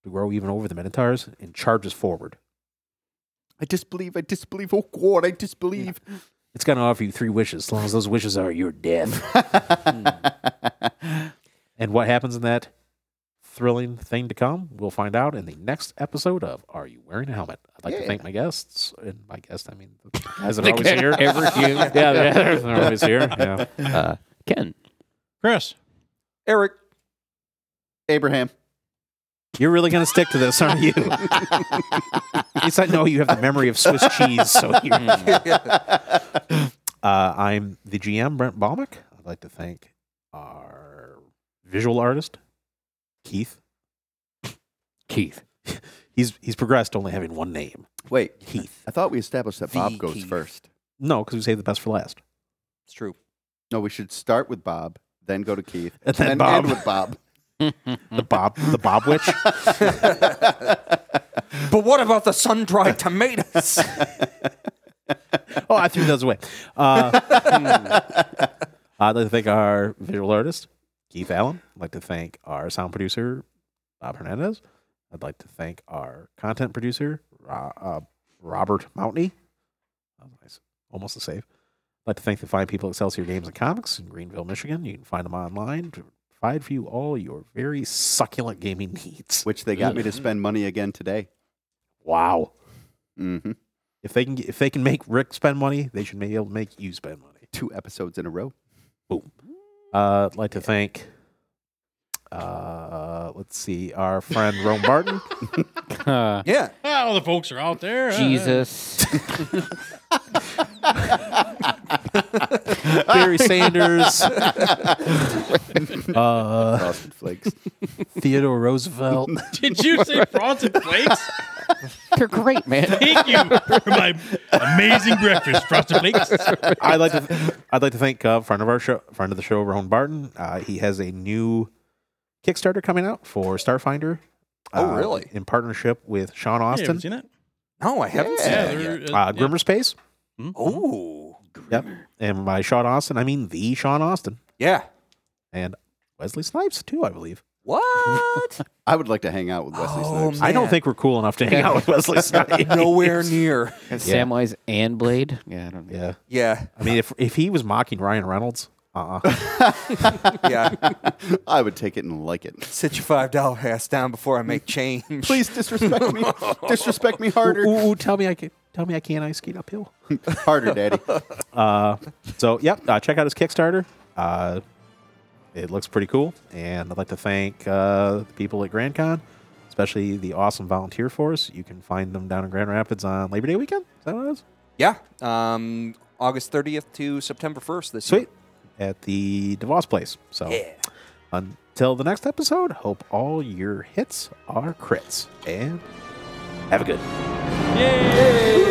Speaker 2: to grow even over the minotaurs, and charges forward.
Speaker 6: I disbelieve. I disbelieve. Oh God! I disbelieve.
Speaker 2: It's gonna offer you three wishes, as long as those wishes are your death. Hmm. And what happens in that thrilling thing to come, we'll find out in the next episode of Are You Wearing a Helmet? I'd like to
Speaker 6: Yeah.
Speaker 2: thank my guests, and my guests, I mean, the guys that
Speaker 7: The
Speaker 2: are always here.
Speaker 7: every human.
Speaker 2: yeah, they're, they're always here. Yeah.
Speaker 7: uh, Ken.
Speaker 4: Chris,
Speaker 5: Eric.
Speaker 6: Abraham.
Speaker 2: You're really going to stick to this, aren't you? At least I know you have the memory of Swiss cheese. So you- uh, I'm the GM, Brent Baumick. I'd like to thank our visual artist, Keith.
Speaker 7: Keith.
Speaker 2: He's, he's progressed to only having one name.
Speaker 6: Wait,
Speaker 2: Keith.
Speaker 6: I thought we established that Bob
Speaker 5: The
Speaker 6: goes
Speaker 5: Keith.
Speaker 6: first.
Speaker 2: No, because we saved the best for last.
Speaker 5: It's true.
Speaker 6: No, we should start with Bob, then go to Keith,
Speaker 2: And then
Speaker 6: then
Speaker 2: Bob.
Speaker 6: end with Bob.
Speaker 2: The Bob, the Bob Witch.
Speaker 5: But what about the sun-dried tomatoes?
Speaker 2: Oh, I threw those away. Uh, I'd like to thank our visual artist, Keith Allen. I'd like to thank our sound producer, Bob Hernandez. I'd like to thank our content producer, Ro- uh, Robert Mountney. That was nice. Almost a save. I'd like to thank the fine people at Excelsior Games and Comics in Greenville, Michigan. You can find them online to provide for you all your very succulent gaming needs.
Speaker 6: Which they got me to spend money again today.
Speaker 2: Wow.
Speaker 6: hmm
Speaker 2: If they can get, if they can make Rick spend money, they should be able to make you spend money.
Speaker 6: Two episodes in a row.
Speaker 2: Uh, I'd like to thank, uh, let's see, our friend Rome Barton.
Speaker 7: Uh,
Speaker 5: yeah.
Speaker 4: Ah, all the folks are out there. Ah.
Speaker 7: Jesus.
Speaker 2: Barry Sanders, uh,
Speaker 6: Frosted Flakes.
Speaker 2: Theodore Roosevelt.
Speaker 4: Did you say prawns and flakes?
Speaker 7: They're great, man.
Speaker 4: Thank you for my amazing breakfast, Frosted Flakes.
Speaker 2: I'd like to, I'd like to thank uh, friend of our show, friend of the show, Rome Barton. Uh, he has a new Kickstarter coming out for Starfinder.
Speaker 5: Oh,
Speaker 2: uh,
Speaker 5: really?
Speaker 2: In partnership with Sean
Speaker 4: Hey, haven't
Speaker 2: Austin,
Speaker 4: seen it?
Speaker 5: No, I haven't
Speaker 4: Yeah,
Speaker 5: seen that
Speaker 4: they're,
Speaker 5: yet.
Speaker 2: uh, Grimmer Space,
Speaker 4: Mhm.
Speaker 5: Oh.
Speaker 2: Yep. and by Sean Austin, I mean the Sean Austin
Speaker 5: Yeah.
Speaker 2: and Wesley Snipes too, I believe.
Speaker 5: What?
Speaker 6: I would like to hang out with Wesley
Speaker 5: Oh,
Speaker 6: Snipes.
Speaker 5: man.
Speaker 2: I don't think we're cool enough to hang out with Wesley Snipes.
Speaker 5: Nowhere near.
Speaker 7: Samwise and Blade. Yeah, I don't know.
Speaker 2: Yeah.
Speaker 5: Yeah.
Speaker 2: I mean, if if he was mocking Ryan Reynolds, uh, uh
Speaker 5: Yeah.
Speaker 6: I would take it and like it.
Speaker 5: Sit your five dollar ass down before I make change.
Speaker 6: Please disrespect me. disrespect me harder.
Speaker 2: ooh, ooh, tell me I can, tell me I can't ice skate uphill.
Speaker 6: harder, Daddy.
Speaker 2: Uh, so yep, uh, check out his Kickstarter. Uh, it looks pretty cool, and I'd like to thank uh, the people at Grand Con, especially the awesome volunteer force. You can find them down in Grand Rapids on Labor Day weekend. Is that what it is?
Speaker 5: Yeah. Um, August 30th to September 1st this year.
Speaker 2: Sweet, at the DeVos place. So until the next episode, hope all your hits are crits, and have a good.
Speaker 4: Yay.